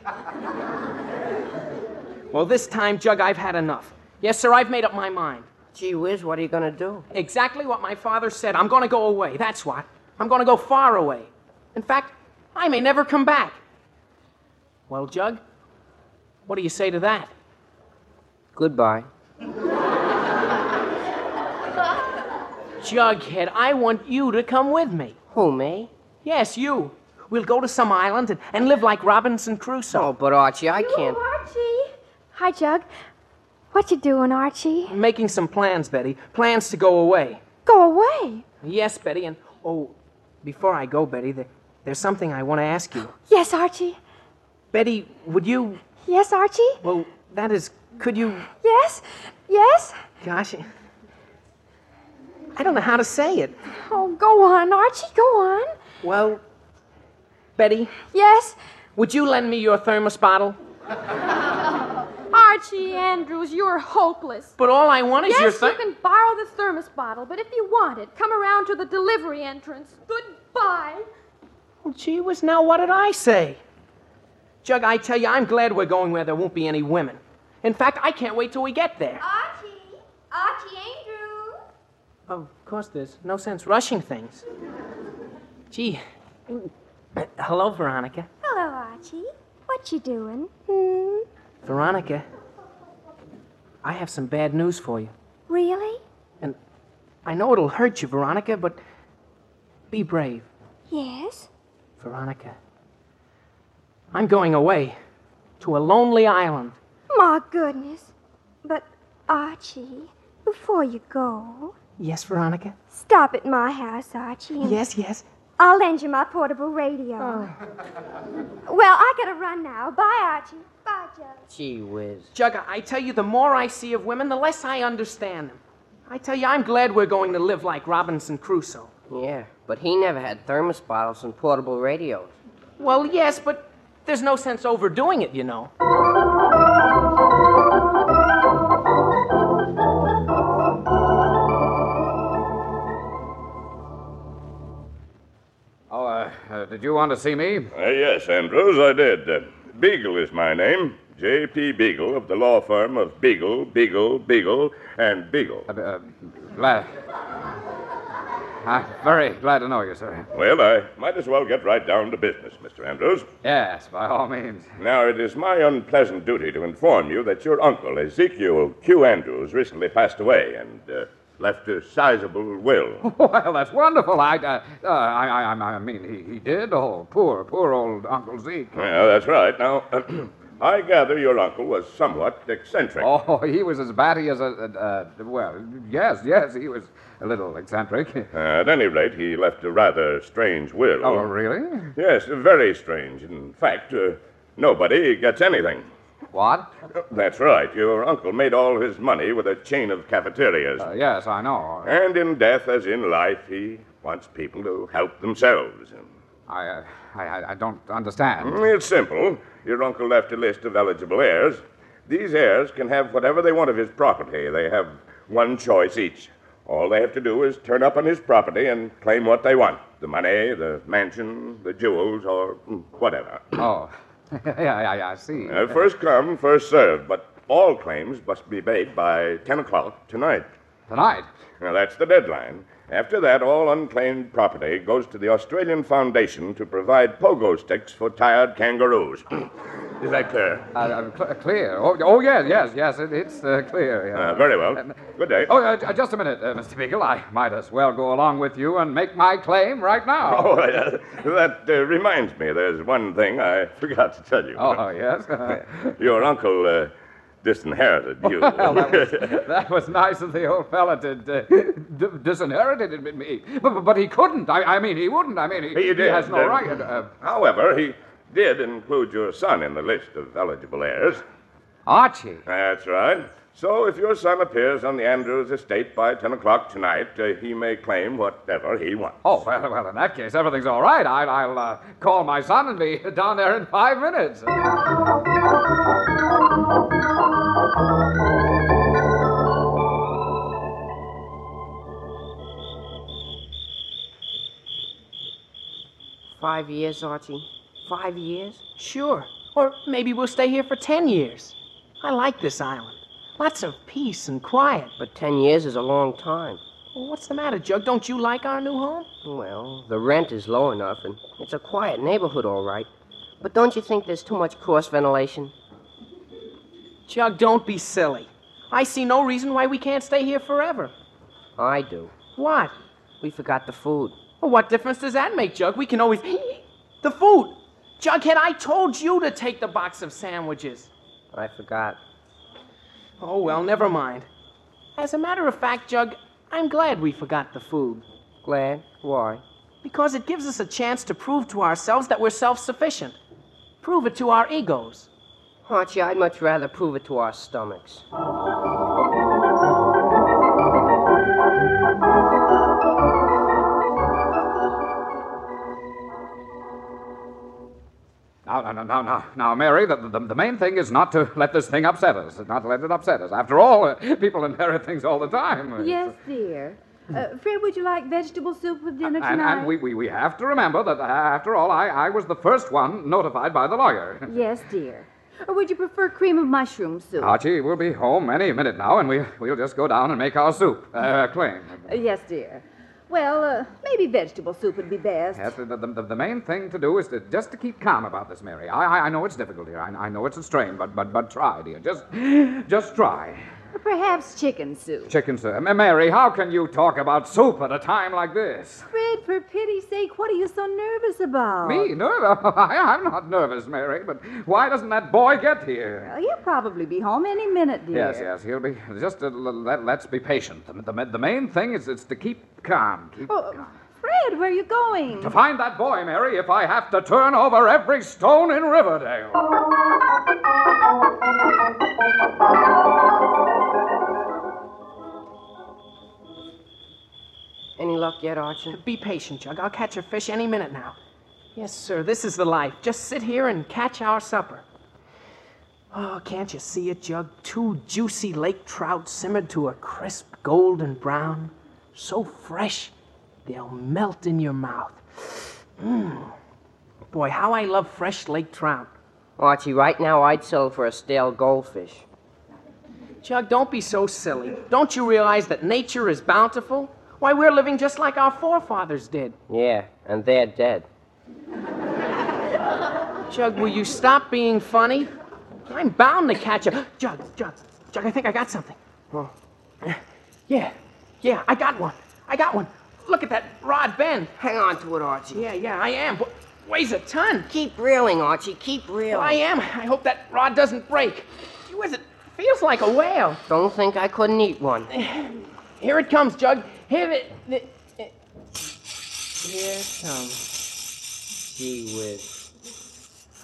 Speaker 13: Well, this time, Jug, I've had enough. Yes, sir, I've made up my mind.
Speaker 12: Gee whiz, what are you going to do?
Speaker 13: Exactly what my father said. I'm going to go away, that's what. I'm going to go far away. In fact, I may never come back. Well, Jug, what do you say to that?
Speaker 12: Goodbye.
Speaker 13: Jughead, I want you to come with me.
Speaker 12: Who, me?
Speaker 13: Yes, you. We'll go to some island and, and live like Robinson Crusoe. Oh,
Speaker 12: but Archie, I can't.
Speaker 17: Archie. Hi, Jug. What you doing, Archie?
Speaker 13: Making some plans, Betty. Plans to go away.
Speaker 17: Go away.
Speaker 13: Yes, Betty, and oh, before I go, Betty, there, there's something I want to ask you.
Speaker 17: Yes, Archie.
Speaker 13: Betty, would you.
Speaker 17: Yes, Archie.
Speaker 13: Well, that is. Could you.
Speaker 17: Yes. Yes.
Speaker 13: Gosh. I don't know how to say it.
Speaker 17: Oh, go on, Archie. Go on.
Speaker 13: Well, Betty,
Speaker 17: Yes.
Speaker 13: would you lend me your thermos bottle?
Speaker 17: [LAUGHS] Archie Andrews, you're hopeless.
Speaker 13: But all I want is
Speaker 17: yes,
Speaker 13: your
Speaker 17: you
Speaker 13: ther-
Speaker 17: can borrow the thermos bottle, but if you want it, come around to the delivery entrance. Goodbye.
Speaker 13: Well, gee whiz, now what did I say? Jug, I tell you, I'm glad we're going where there won't be any women. In fact, I can't wait till we get there.
Speaker 17: Archie. Archie Andrews.
Speaker 13: Oh, Of course, there's no sense rushing things. Gee. [CLEARS THROAT] Hello, Veronica.
Speaker 17: Hello, Archie. What you doing? Hmm.
Speaker 13: Veronica, I have some bad news for you.
Speaker 17: Really?
Speaker 13: I know it'll hurt you, Veronica, but be brave,
Speaker 17: Yes.
Speaker 13: Veronica. I'm going away to a lonely island.
Speaker 17: My goodness. But, Archie, before you go,
Speaker 13: Yes, Veronica?
Speaker 17: stop at my house, Archie. and-
Speaker 13: Yes, yes.
Speaker 17: I'll lend you my portable radio.
Speaker 13: Oh.
Speaker 17: Well, I gotta run now. Bye, Archie. Bye, Joe.
Speaker 12: Gee whiz.
Speaker 13: Jug, I- I tell you, the more I see of women, the less I understand them. I tell you, I'm glad we're going to live like Robinson Crusoe.
Speaker 12: Yeah, but he never had thermos bottles and portable radios.
Speaker 13: Well, yes, but there's no sense overdoing it, you know.
Speaker 15: Oh, uh, uh, did you want to see me?
Speaker 18: Uh, yes, Andrews, I did. Uh, Beagle is my name. J.P. Beagle of the law firm of
Speaker 15: Uh,
Speaker 18: Beagle, Beagle, Beagle, and Beagle.
Speaker 15: La- I'm very glad to know you, sir.
Speaker 18: Well, I might as well get right down to business, Mr. Ambrose.
Speaker 15: Yes, by all means.
Speaker 18: Now, it is my unpleasant duty to inform you that your uncle, Ezekiel Q. Andrews, recently passed away and uh, left a sizable will.
Speaker 15: [LAUGHS] Well, that's wonderful. I, uh, uh, I, I, I mean, he, he did. Oh, poor, poor old Uncle Zeke.
Speaker 18: Yeah, that's right. Now, [CLEARS THROAT] I gather your uncle was somewhat eccentric.
Speaker 15: Oh, [LAUGHS] he was as batty as a, a, a well, yes, yes, he was a little eccentric. [LAUGHS]
Speaker 18: Uh, At any rate, he left a rather strange will.
Speaker 15: Oh, really?
Speaker 18: Yes, very strange. In fact, uh, nobody gets anything.
Speaker 15: What?
Speaker 18: That's right. Your uncle made all his money with a chain of cafeterias.
Speaker 15: Uh, yes, I know.
Speaker 18: And in death, as in life, he wants people to help themselves.
Speaker 15: I, uh, I, I- I don't understand.
Speaker 18: Mm, It's simple. Your uncle left a list of eligible heirs. These heirs can have whatever they want of his property. They have one choice each. All they have to do is turn up on his property and claim what they want the money, the mansion, the jewels, or mm, whatever.
Speaker 15: Oh, [LAUGHS] yeah, yeah, yeah, I see.
Speaker 18: Uh, first come, first served, but all claims must be made by 10 o'clock tonight.
Speaker 15: Tonight?
Speaker 18: Now, that's the deadline. After that, all unclaimed property goes to the Australian Foundation to provide pogo sticks for tired kangaroos. [CLEARS THROAT] Is that clear?
Speaker 15: Uh, uh, cl- clear. Oh, oh, yes, yes, yes. It, it's uh, clear. yeah.
Speaker 18: Uh, very well. Good day.
Speaker 15: Oh, uh, j- just a minute, uh, Mr. Beagle. I might as well go along with you and make my claim
Speaker 18: [LAUGHS]
Speaker 15: right now.
Speaker 18: Oh, uh, that uh, reminds me. There's one thing I [LAUGHS] forgot to tell you.
Speaker 15: Oh, yes? [LAUGHS]
Speaker 18: Your uncle uh, disinherited you.
Speaker 15: [LAUGHS] Well, that was, that was nice of the old fella to uh, d- disinherited me. But, but he couldn't. I, I mean, he wouldn't. I mean, he,
Speaker 18: He did.
Speaker 15: has no
Speaker 18: uh,
Speaker 15: right. Uh,
Speaker 18: however, he did include your son in the list of eligible heirs.
Speaker 15: Archie.
Speaker 18: That's right. So if your son appears on the Andrews estate by 10 o'clock tonight, uh, he may claim whatever he wants.
Speaker 15: oh, well, well, in that case, everything's all right. I, I'll uh, call my son and be [LAUGHS] down there in five minutes.
Speaker 12: Five years, Archie. Five years?
Speaker 13: Sure. Or maybe we'll stay here for ten years. I like this island. Lots of peace and quiet.
Speaker 12: But ten years is a long time.
Speaker 13: Well, what's the matter, Jug? Don't you like our new home?
Speaker 12: Well, the rent is low enough, and it's a quiet neighborhood, all right. But don't you think there's too much cross ventilation?
Speaker 13: Jug, don't be silly. I see no reason why we can't stay here forever.
Speaker 12: I do.
Speaker 13: What?
Speaker 12: We forgot the food.
Speaker 13: Well, what difference does that make, Jug? We can always. the food! Jughead, I told you to take the box of sandwiches.
Speaker 12: I forgot.
Speaker 13: Oh, well, never mind. As a matter of fact, Jug, I'm glad we forgot the food.
Speaker 12: Glad? Why?
Speaker 13: Because it gives us a chance to prove to ourselves that we're self sufficient. Prove it to our egos.
Speaker 12: Archie, I'd much rather prove it to our stomachs.
Speaker 15: Now, now, now, now, now, now, Mary, the, the, the main thing is not to let this thing upset us, not to let it upset us. After all, [LAUGHS] uh, people inherit things all the time.
Speaker 16: Yes, dear. Uh, Fred, would you like vegetable soup with dinner
Speaker 15: And,
Speaker 16: tonight?
Speaker 15: and we, we, we have to remember that, uh, after all, I, I was the first one notified by the lawyer.
Speaker 16: Yes, dear. Or would you prefer cream of mushroom soup?
Speaker 15: Archie, we'll be home any minute now, and we, we'll just go down and make our soup. Uh, claim.
Speaker 16: Uh, yes, dear. Well, uh, maybe vegetable soup would be best.
Speaker 15: Yes, the, the, the, the main thing to do is to just to keep calm about this, Mary. I, I, I know it's difficult here. I, I know it's a strain, but, but, but try, dear. Just, just try.
Speaker 16: Or perhaps chicken soup.
Speaker 15: Chicken, sir. M- Mary, how can you talk about soup at a time like this?
Speaker 16: Fred, for pity's sake, what are you so nervous about?
Speaker 15: Me, nervous? [LAUGHS] I, I'm not nervous, Mary, but why doesn't that boy get here?
Speaker 16: Well, he'll probably be home any minute, Oh, dear.
Speaker 15: Yes, yes, he'll be. Just uh, l- let, let's be patient. The, the, the main thing is, is to keep calm. Keep,
Speaker 16: Oh, uh, Fred, where are you going?
Speaker 15: to find that boy, Mary, if I have to turn over every stone in Riverdale.
Speaker 12: Any luck yet, Archie?
Speaker 13: Be patient, Jug. I'll catch a fish any minute now. Yes, sir, this is the life. Just sit here and catch our supper. Oh, can't you see it, Jug? Two juicy lake trout simmered to a crisp golden brown. So fresh, they'll melt in your mouth. Mmm. Boy, how I love fresh lake trout.
Speaker 12: Archie, right now I'd settle for a stale goldfish.
Speaker 13: Jug, don't be so silly. Don't you realize that nature is bountiful? Why, we're living just like our forefathers did.
Speaker 12: Yeah, and they're dead.
Speaker 13: Jug, will you stop being funny? I'm bound to catch a. [GASPS] Jug, Jug, Jug, I think I got something.
Speaker 12: Oh.
Speaker 13: Yeah, yeah, I got one. I got one. Look at that rod bend. Hang on to it, Archie. Yeah, yeah, I am. But weighs a ton. Keep reeling, Archie. Keep reeling. I am. I hope that rod doesn't break. Gee whiz, it feels like a whale.
Speaker 12: Don't think I couldn't eat one.
Speaker 13: [LAUGHS] Here it comes, Jug. Here it. it, it. Here it
Speaker 12: Um,
Speaker 13: comes.
Speaker 12: Gee whiz.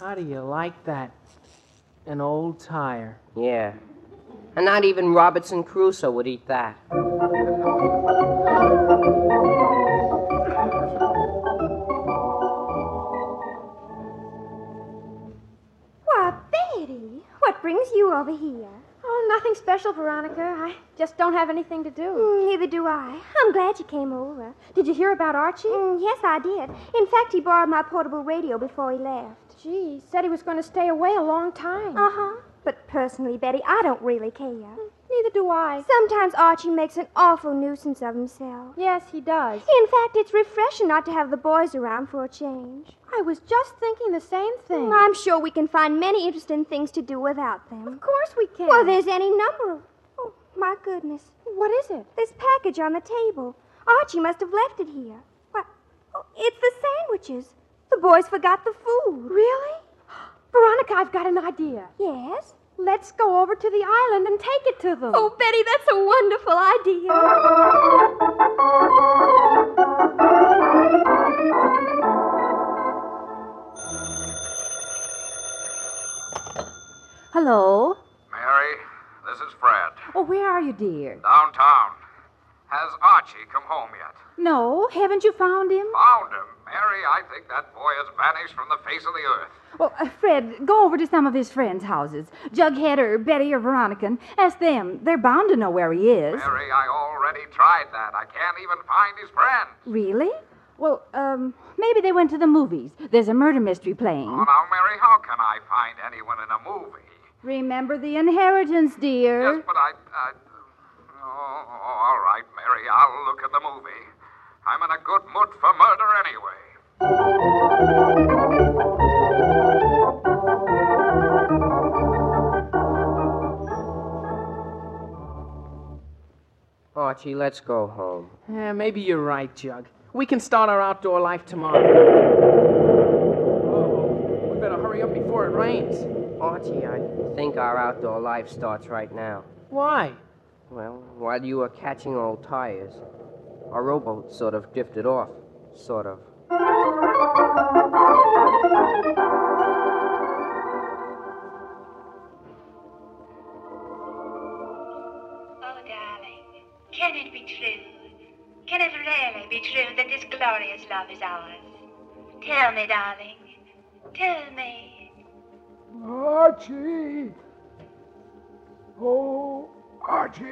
Speaker 13: How do you like that? An old tire.
Speaker 12: Yeah. And not even Robinson Crusoe would eat that.
Speaker 17: Why, Betty, what brings you over here? Oh, nothing special, Veronica. I just don't have anything to do. Mm, neither do I. I'm glad you came over. Did you hear about Archie? Mm, yes, I did. In fact, he borrowed my portable radio before he left. Gee, said he was going to stay away a long time. Uh huh. But personally, Betty, I don't really care. Neither do I. Sometimes Archie makes an awful nuisance of himself. Yes, he does. In fact, it's refreshing not to have the boys around for a change. I was just thinking the same thing. I'm sure we can find many interesting things to do without them. Of course we can. Well, there's any number of. Oh, my goodness. What is it? This package on the table. Archie must have left it here. What? Oh, it's the sandwiches. The boys forgot the food. Really?
Speaker 19: Veronica, I've got an idea.
Speaker 17: Yes?
Speaker 19: Let's go over to the island and take it to them.
Speaker 17: Oh, Betty, that's a wonderful idea.
Speaker 16: Hello?
Speaker 20: Mary, this is Fred.
Speaker 16: Oh, where are you, dear?
Speaker 20: Downtown. Has Archie come home yet?
Speaker 16: No, haven't you found him?
Speaker 20: Found him. Mary, I think that boy has vanished from the face of the earth.
Speaker 16: Well, uh, Fred, go over to some of his friends' houses. Jughead or Betty or Veronica. and Ask them. They're bound to know where he is.
Speaker 20: Mary, I already tried that. I can't even find his friend.
Speaker 16: Really? Well, um, maybe they went to the movies. There's a murder mystery playing.
Speaker 20: Oh, now, Mary, how can I find anyone in a movie?
Speaker 16: Remember the inheritance, dear.
Speaker 20: Yes, but I. I oh, all right, Mary, I'll look at the movie. I'm in a good mood for murder anyway.
Speaker 12: Archie, let's go home.
Speaker 13: Yeah, Eh, maybe you're right, Jug. We can start our outdoor life tomorrow. We better hurry up before it rains.
Speaker 12: Archie, I think our outdoor life starts right now.
Speaker 13: Why?
Speaker 12: Well, while you were catching old tires, our rowboat sort of drifted off. Sort of.
Speaker 21: Oh, darling, can it be true? Can it really be true that this glorious love is ours? Tell me, darling. Tell me.
Speaker 22: Archie! Oh, Archie!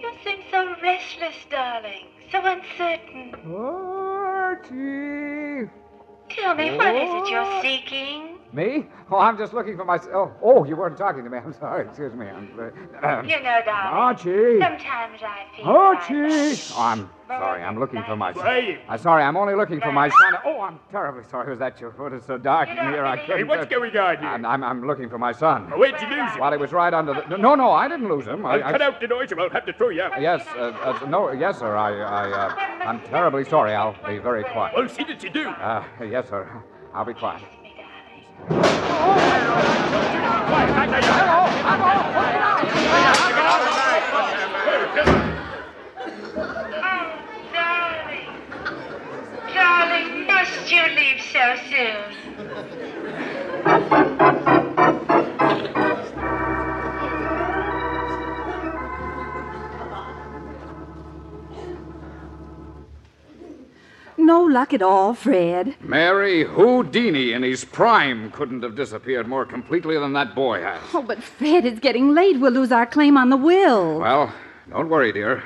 Speaker 21: You seem so restless, darling. So uncertain.
Speaker 22: Archie!
Speaker 21: Tell me, what is it you're seeking?
Speaker 15: Me? Oh, I'm just looking for myself. Oh, you weren't talking to me. I'm sorry. Excuse me. I'm, uh,
Speaker 21: You know, darling.
Speaker 15: Archie.
Speaker 21: Sometimes I feel.
Speaker 15: Archie! Oh, I'm sorry. I'm looking for my son. I'm sorry. I'm only looking for my son. Oh, I'm terribly sorry. Was that you? It was so dark in here. I couldn't.
Speaker 22: Hey, what's going Oh,
Speaker 15: on here? I'm, I'm, I'm looking for my son.
Speaker 22: where'd you lose him?
Speaker 15: Well, he was right under the. No, no, I didn't lose him. I,
Speaker 22: I'll
Speaker 15: I-
Speaker 22: cut out the noise or I'll have to throw you out.
Speaker 15: Yes, uh, uh, no, yes, sir. I, I, uh, I'm terribly sorry. I'll be very quiet.
Speaker 22: Well, see that you do.
Speaker 15: Uh, yes, sir. I'll be quiet.
Speaker 21: Darling, must you leave so soon?
Speaker 16: No luck at all, Fred.
Speaker 15: Mary Houdini in his prime couldn't have disappeared more completely than that boy has.
Speaker 16: Oh, but Fred, it's getting late. We'll lose our claim on the will.
Speaker 15: Well, don't worry, dear.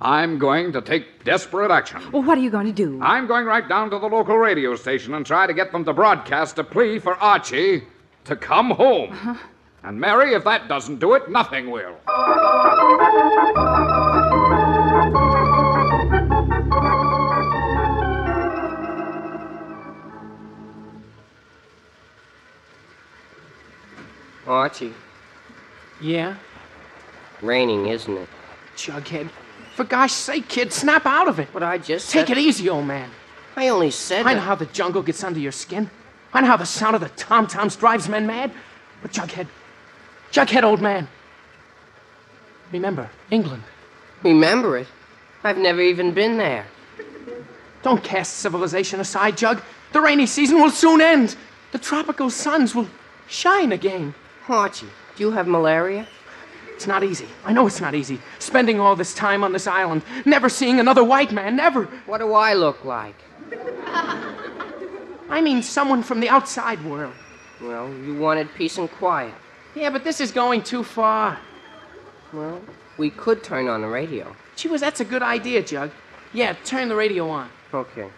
Speaker 15: I'm going to take desperate action.
Speaker 16: Well, what are you going to do?
Speaker 15: I'm going right down to the local radio station and try to get them to broadcast a plea for Archie to come home.
Speaker 16: Uh-huh.
Speaker 15: And Mary, if that doesn't do it, nothing will.
Speaker 17: Thank you.
Speaker 12: Archie,
Speaker 13: Yeah?
Speaker 12: raining, isn't it?
Speaker 13: Jughead. For gosh sake, kid, snap out of it.
Speaker 12: But I just
Speaker 13: Take
Speaker 12: said-
Speaker 13: it easy, old man.
Speaker 12: I only said.
Speaker 13: I know
Speaker 12: that-
Speaker 13: how the jungle gets under your skin. I know how the sound of the tom toms drives men mad. But Jughead, Jughead, old man. Remember, England.
Speaker 12: Remember it? I've never even been there.
Speaker 13: Don't cast civilization aside, Jug. The rainy season will soon end. The tropical suns will shine again.
Speaker 12: Archie, do you have malaria?
Speaker 13: It's not easy. I know it's not easy. Spending all this time on this island, never seeing another white man, never.
Speaker 12: What do I look like?
Speaker 13: I mean, someone from the outside world.
Speaker 12: Well, you wanted peace and quiet.
Speaker 13: Yeah, but this is going too far.
Speaker 12: Well, we could turn on the radio.
Speaker 13: Gee whiz, that's a good idea, Jug. Yeah, turn the radio on.
Speaker 12: Okay.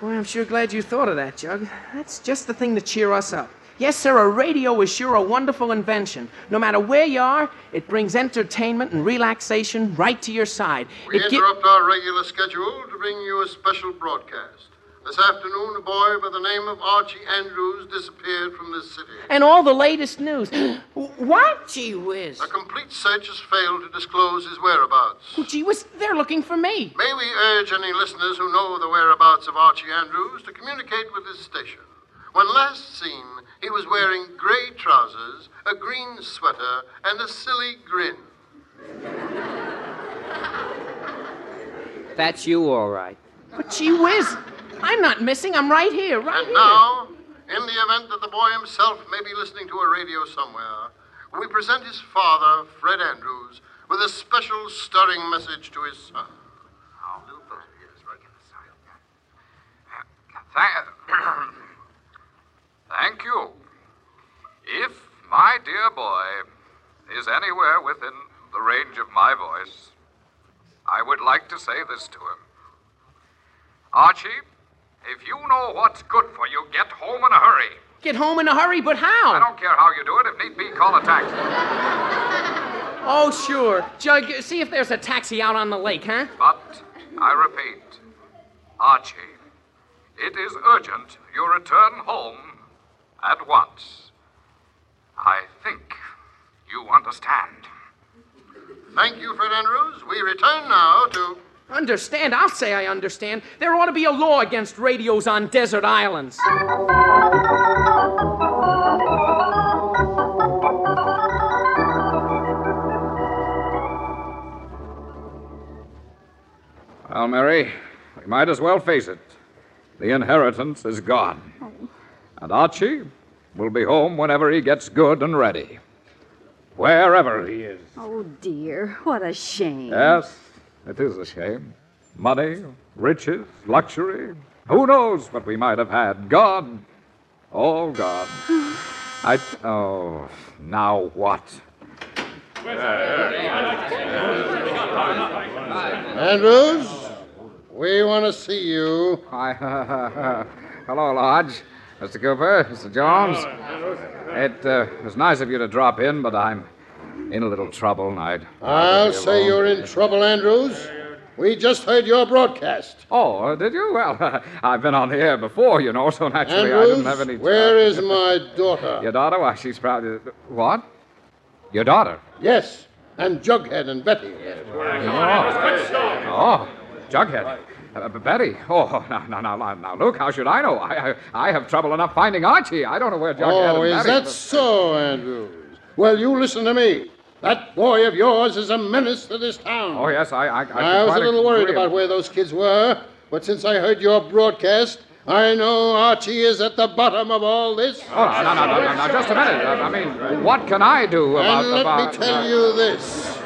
Speaker 13: Boy, I'm sure glad you thought of that, Jug. That's just the thing to cheer us up. Yes, sir, a radio is sure a wonderful invention. No matter where you are, it brings entertainment and relaxation right to your side.
Speaker 20: We
Speaker 13: it gi-
Speaker 20: interrupt our regular schedule to bring you a special broadcast. This afternoon, a boy by the name of Archie Andrews disappeared from this city.
Speaker 13: and all the latest news. [GASPS] what?
Speaker 12: Gee whiz.
Speaker 20: A complete search has failed to disclose his whereabouts.
Speaker 13: Oh, gee whiz, they're looking for me.
Speaker 20: May we urge any listeners who know the whereabouts of Archie Andrews to communicate with his station. When last seen, he was wearing gray trousers, a green sweater, and a silly grin.
Speaker 12: That's you, all right.
Speaker 13: But gee whiz, I'm not missing. I'm right here, right
Speaker 20: And
Speaker 13: here.
Speaker 23: Oh.
Speaker 20: now, in the event that the boy himself may be listening to a radio somewhere, we present his father, Fred Andrews, with a special stirring message to his son.
Speaker 23: Thank, thank you. If my dear boy is anywhere within the range of my voice, I would like to say this to him. Archie, if you know what's good for you, get home in a hurry.
Speaker 13: Get home in a hurry, but how?
Speaker 23: I don't care how you do it. If need be, call a taxi.
Speaker 13: Oh, sure. Jug, see if there's a taxi out on the lake, huh?
Speaker 23: But I repeat, Archie, it is urgent you return home at once. I think you understand.
Speaker 20: Thank you, Fred Andrews. We return now to.
Speaker 13: Understand? I'll say I understand. There ought to be a law against radios on desert islands.
Speaker 15: Well, Mary, we might as well face it. The inheritance is gone. And Archie will be home whenever he gets good and ready. Wherever he is.
Speaker 16: Oh, dear. What a shame.
Speaker 15: Yes, it is a shame. Money, riches, luxury. Who knows what we might have had? God. All God. [SIGHS] I. Oh, now what?
Speaker 7: er
Speaker 20: Andrews, we want to see you.
Speaker 15: Hi. [LAUGHS] Hello, Lodge. Mr. Cooper, Mr. Jones. It uh, was nice of you to drop in, but I'm in a little trouble, and I'd.
Speaker 20: I'll say you're in trouble, Andrews. We just heard your broadcast.
Speaker 15: Oh, uh, did you? Well, [LAUGHS] I've been on the air before, you know, so naturally I
Speaker 20: Andrews,
Speaker 15: didn't have any.
Speaker 20: where is my daughter?
Speaker 15: Your daughter? Why, she's probably. What? Your daughter?
Speaker 20: Yes, and Jughead and Betty.
Speaker 15: [LAUGHS] Oh, Jughead. Uh, B- Betty. Oh, now, now, now, now, now, Luke, how should I know? I, I, I have trouble enough finding Archie. I don't know where Jughead
Speaker 20: Oh,
Speaker 15: and
Speaker 20: is
Speaker 15: Betty-
Speaker 20: that so, Andrews? Well, you listen to me. That boy of yours is a menace to this town.
Speaker 15: Oh, yes, I. I, I,
Speaker 20: I, was a little worried about where those kids were, but since I heard your broadcast, I know Archie is at the bottom of all this.
Speaker 15: Oh, no, no, no, no, no, no, just a minute. I, I mean, what can I do about
Speaker 20: and let
Speaker 15: about-
Speaker 20: me tell you this.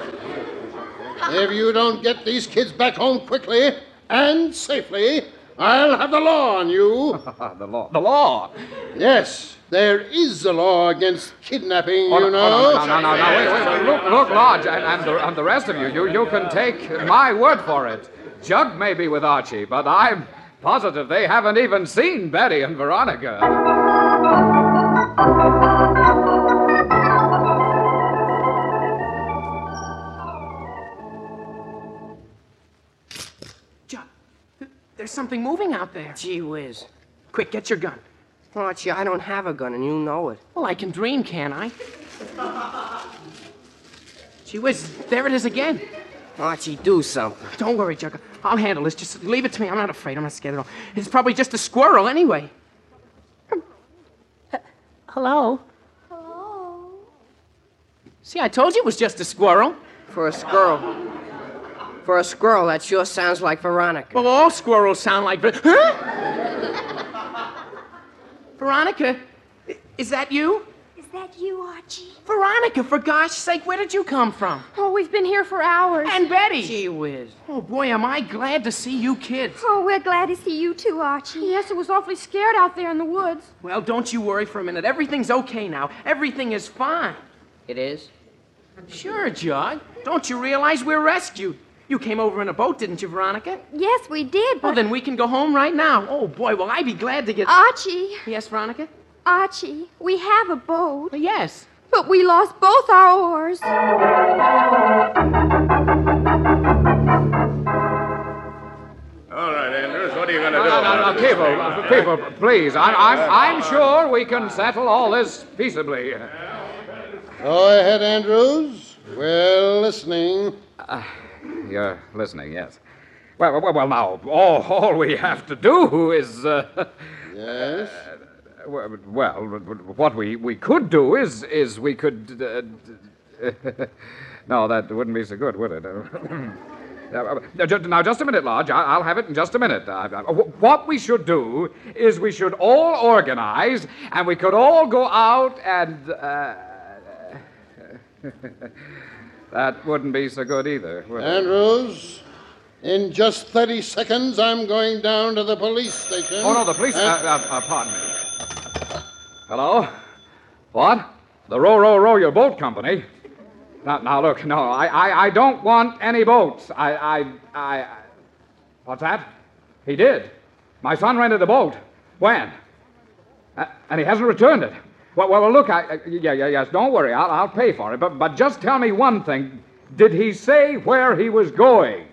Speaker 20: If you don't get these kids back home quickly and safely, I'll have the law on you.
Speaker 15: [LAUGHS] the law. The law.
Speaker 20: Yes, there is a law against kidnapping,
Speaker 15: Oh, no,
Speaker 20: you know.
Speaker 15: oh, no, no, no, no, no, wait, wait, wait. Look, look, Lodge, and, and, the, and the rest of you, you, you can take my word for it. Jug may be with Archie, but I'm positive they haven't even seen Betty and Veronica.
Speaker 13: There's something moving out there.
Speaker 12: Gee whiz.
Speaker 13: Quick, get your gun.
Speaker 12: Archie, I don't have a gun, and you know it.
Speaker 13: Well, I can dream, can I? Gee whiz, there it is again.
Speaker 12: Archie, do something.
Speaker 13: Don't worry, Jugger. I'll handle this. Just leave it to me. I'm not afraid. I'm not scared at all. It's probably just a squirrel anyway.
Speaker 17: Uh,
Speaker 12: Hello?
Speaker 13: See, I told you it was just a squirrel.
Speaker 12: For a squirrel. For a squirrel, that sure sounds like Veronica.
Speaker 13: Well, all squirrels sound like. Ver- Huh? Veronica, i- is that you?
Speaker 17: Is that you, Archie?
Speaker 13: Veronica, for gosh sake, where did you come from?
Speaker 17: Oh, we've been here for hours.
Speaker 13: And Betty.
Speaker 12: Gee whiz.
Speaker 13: Oh, boy, am I glad to see you kids.
Speaker 17: Oh, we're glad to see you too, Archie. Yes, it was awfully scared out there in the woods.
Speaker 13: Well, don't you worry for a minute. Everything's okay now. Everything is fine.
Speaker 12: It is?
Speaker 13: Sure, Jug. Don't you realize we're rescued? You came over in a boat, didn't you, Veronica?
Speaker 17: Yes, we did, but
Speaker 13: Well, then we can go home right now. Oh, boy, will I be glad to get.
Speaker 17: Archie,
Speaker 13: Yes, Veronica?
Speaker 17: Archie, we have a boat.
Speaker 13: Yes.
Speaker 17: But we lost both our oars.
Speaker 18: All right, Andrews, what are you going to
Speaker 15: No,
Speaker 18: do?
Speaker 15: no, no,
Speaker 18: about
Speaker 15: no,
Speaker 18: this
Speaker 15: people,
Speaker 18: thing,
Speaker 15: uh,
Speaker 18: huh?
Speaker 15: people, please. I, I'm, I'm sure we can settle all this peaceably.
Speaker 8: Go ahead, Andrews. We're listening.
Speaker 15: Ah, You're listening, yes. Well, well, well now, all, all we have to do is. Uh,
Speaker 8: yes?
Speaker 15: well, well, what we, we could do is is we could. Uh, d- [LAUGHS] no, that wouldn't be so good, would it? [LAUGHS] Uh, now, ju- Now, just a minute, Lodge. I- I'll have it in just a minute. I- I- wh- What we should do is we should all organize, and we could all go out and. Uh, [LAUGHS] that wouldn't be so good either. would it?
Speaker 8: Andrews, in just 30 seconds, I'm going down to the police station.
Speaker 15: Oh, no, the police. Uh,
Speaker 8: and-
Speaker 15: uh, uh, pardon me. Hello? What? The Row, Row, Row Your Boat Company? Now, now look, no, I, I, I don't want any boats. I, I, I, I. What's that? He did. My son rented a boat. When? Uh, and he hasn't returned it. Well, well, well, look, I, uh, yeah, yeah, yes, don't worry. I'll, I'll pay for it. But, but just tell me one thing. Did he say where he was going?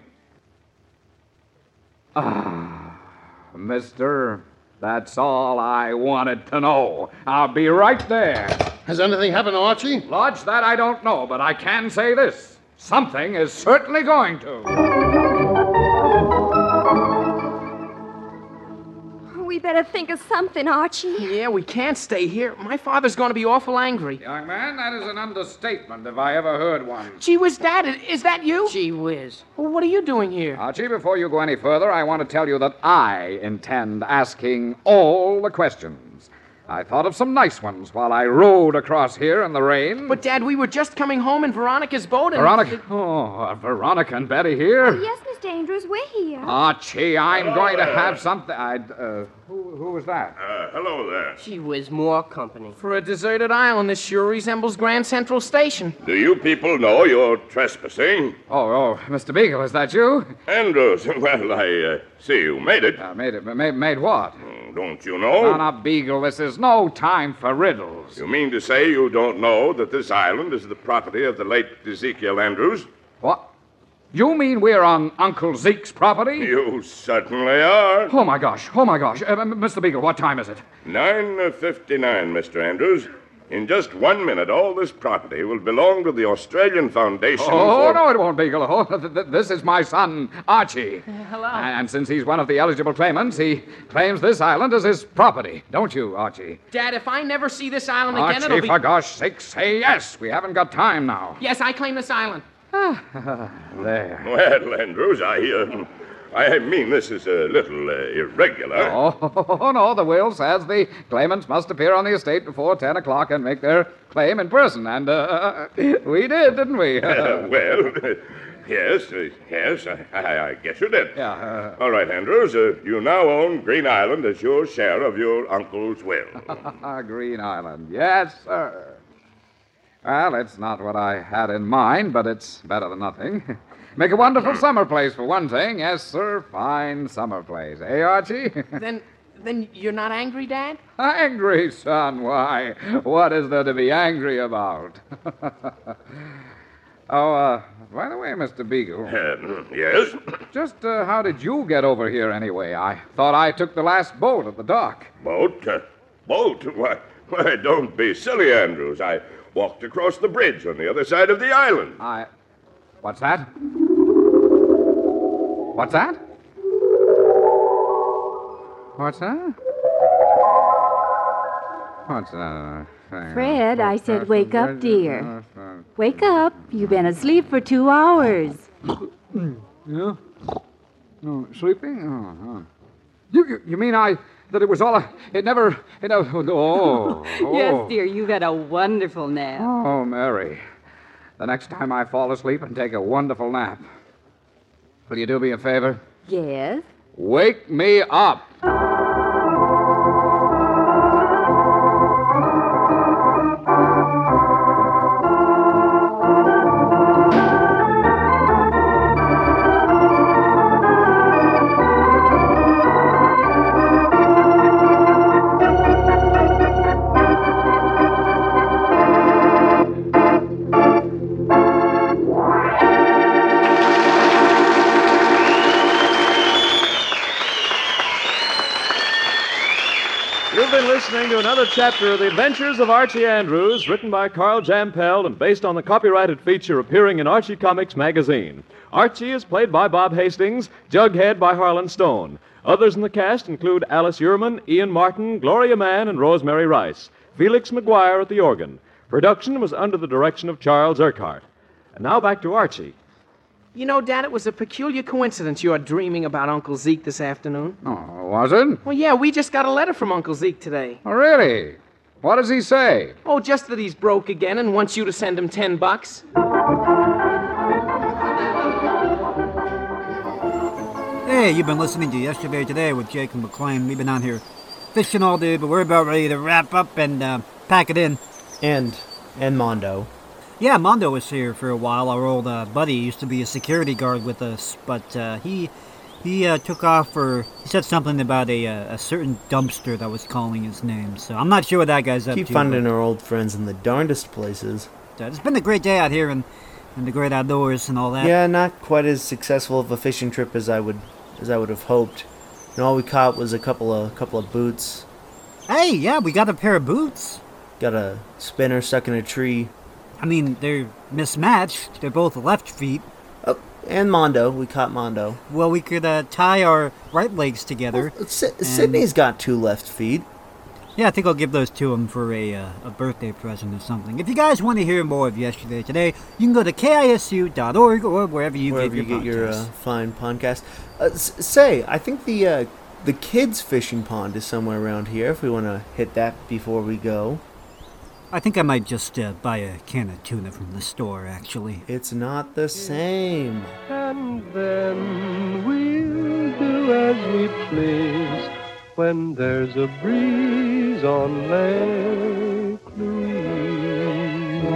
Speaker 15: Ah, mister, that's all I wanted to know. I'll be right there.
Speaker 8: Has anything happened to Archie?
Speaker 15: Lodge, that I don't know, but I can say this. Something is certainly going to.
Speaker 17: We better think of something, Archie.
Speaker 13: Yeah, we can't stay here. My father's going to be awful angry.
Speaker 15: Young man, that is an understatement if I ever heard one.
Speaker 13: Gee whiz, Dad, i- is that you?
Speaker 12: Gee whiz.
Speaker 13: Well, what are you doing here?
Speaker 15: Archie, before you go any further, I want to tell you that I intend asking all the questions. I thought of some nice ones while I rode across here in the rain.
Speaker 13: But, Dad, we were just coming home in Veronica's boat and.
Speaker 15: Veronica. Oh, are Veronica and Betty here?
Speaker 17: Yes, Mr. Andrews, we're here.
Speaker 15: Archie, I'm going to
Speaker 12: there.
Speaker 15: have something. I. Uh, who, who was that?
Speaker 13: Uh, hello there.
Speaker 12: Gee whiz, more company.
Speaker 13: For a deserted island, this sure resembles Grand Central Station.
Speaker 18: Do you people know you're trespassing?
Speaker 15: Oh, oh, Mr. Beagle, is that you? Uh,
Speaker 18: Andrews, [LAUGHS] well, I uh, see you made it. Mm,
Speaker 15: I made it. Made, made what?
Speaker 18: Don't you know?
Speaker 15: Now, now, Beagle, this is no time for riddles.
Speaker 18: You mean to say you don't know that this island is the property of the late Ezekiel Andrews?
Speaker 15: What? You mean we're on Uncle Zeke's property?
Speaker 18: You certainly are.
Speaker 15: Oh, my gosh. Oh, my gosh. Uh, m- Mr. Beagle, what time is it?
Speaker 18: 959, Mr. Andrews. In just one minute, all this property will belong to the Australian Foundation.
Speaker 15: Oh,
Speaker 18: for-
Speaker 15: no, it won't, Beagle. Oh, th- th- this is my son, Archie. Hello. And since he's one of the eligible claimants, he claims this island as his property. Don't you, Archie?
Speaker 13: Dad, if I never see this island again,
Speaker 15: Archie,
Speaker 13: it'll be.
Speaker 15: for gosh sake, say yes. We haven't got time now.
Speaker 13: Yes, I claim this island.
Speaker 15: Ah. there.
Speaker 18: Well, Andrews, I, um, I mean this is a little uh, irregular.
Speaker 15: Oh, [LAUGHS] no, the will says the claimants must appear on the estate before 10 o'clock and make their claim in person. And uh, [LAUGHS] we did,
Speaker 18: [LAUGHS]
Speaker 15: didn't we?
Speaker 18: Uh, well, yes, uh, yes, I, I, I guess you did.
Speaker 15: Yeah. uh,
Speaker 18: All right, Andrews, uh, you now own Green Island as your share of your uncle's will.
Speaker 15: [LAUGHS] Green Island. Yes, sir. Well, it's not what I had in mind, but it's better than nothing. Make a wonderful summer place, for one thing. Yes, sir. Fine summer place. Eh, Archie? [LAUGHS]
Speaker 13: then, then you're not angry, Dad?
Speaker 15: angry, son. Why? What is there to be angry about? [LAUGHS] oh, uh, by the way, Mr. Beagle.
Speaker 18: yes?
Speaker 15: Just uh, how did you get over here, anyway? I thought I took the last boat at the dock.
Speaker 18: Boat? Uh, Boat? Why, why, don't be silly, Andrews. I walked across the bridge on the other side of the island.
Speaker 15: I. What's that? What's that? What's that? What's that? uh,
Speaker 9: Fred, I said, wake up, dear. Wake up. You've been asleep for two hours.
Speaker 15: Yeah? Oh, sleeping? Oh, oh. You, you, you mean I. that it was all a. It never. It, never- oh, no. oh.
Speaker 9: [LAUGHS] [LAUGHS] Yes, dear, you had a wonderful nap.
Speaker 15: Oh, Mary. The next time I fall asleep and take a wonderful nap. Will you do me a favor?
Speaker 9: Yes.
Speaker 15: Wake me up.
Speaker 14: You've been listening to another chapter of The Adventures of Archie Andrews, written by Carl Jampel and based on the copyrighted feature appearing in Archie Comics magazine. Archie is played by Bob Hastings, Jughead by Harlan Stone. Others in the cast include Alice Uhrman, Ian Martin, Gloria Mann, and Rosemary Rice. Felix McGuire at the organ. Production was under the direction of Charles Urquhart. And now back to Archie.
Speaker 13: You know, Dad, it was a peculiar coincidence your dreaming about Uncle Zeke this afternoon.
Speaker 15: Oh, was it?
Speaker 13: Well, yeah, we just got a letter from Uncle Zeke today.
Speaker 15: Oh, really? What does he say?
Speaker 13: Oh, just that he's broke again and wants you to send him ten bucks.
Speaker 2: Hey, you've been listening to Yesterday Today with Jake and McLean. We've been out here fishing all day, but we're about ready to wrap up and uh, pack it in.
Speaker 1: And and Mondo.
Speaker 2: Yeah, Mondo was here for a while. Our old uh, buddy used to be a security guard with us, but uh, he he uh, took off for he said something about a uh, a certain dumpster that was calling his name. So I'm not sure what that guy's up
Speaker 1: Keep
Speaker 2: to.
Speaker 1: finding our old friends in the darndest places.
Speaker 2: but, uh, it's been a great day out here and and the great outdoors and all that.
Speaker 1: Yeah, not quite as successful of a fishing trip as I would as I would have hoped. And all we caught was a couple of couple of boots.
Speaker 2: Hey, yeah, we got a pair of boots.
Speaker 1: Got a spinner stuck in a tree.
Speaker 2: I mean, they're mismatched. They're both left feet.
Speaker 1: Oh, and Mondo. We caught Mondo.
Speaker 2: Well, we could uh, tie our right legs together. and-
Speaker 1: Sydney's got two left feet.
Speaker 2: Yeah, I think I'll give those to him for a, uh, a birthday present or something. If you guys want to hear more of Yesterday Today, you can go to KISU.org or wherever you
Speaker 1: wherever you
Speaker 2: get your
Speaker 1: get your uh,
Speaker 2: podcasts.
Speaker 1: fine podcast. Uh, s- say, I think the uh, the kids' fishing pond is somewhere around here. If we want to hit that before we go,
Speaker 2: I think I might just uh, buy a can of tuna from the store, actually.
Speaker 1: It's not the same.
Speaker 10: And then we'll do as we please when there's a breeze on Lake Louise.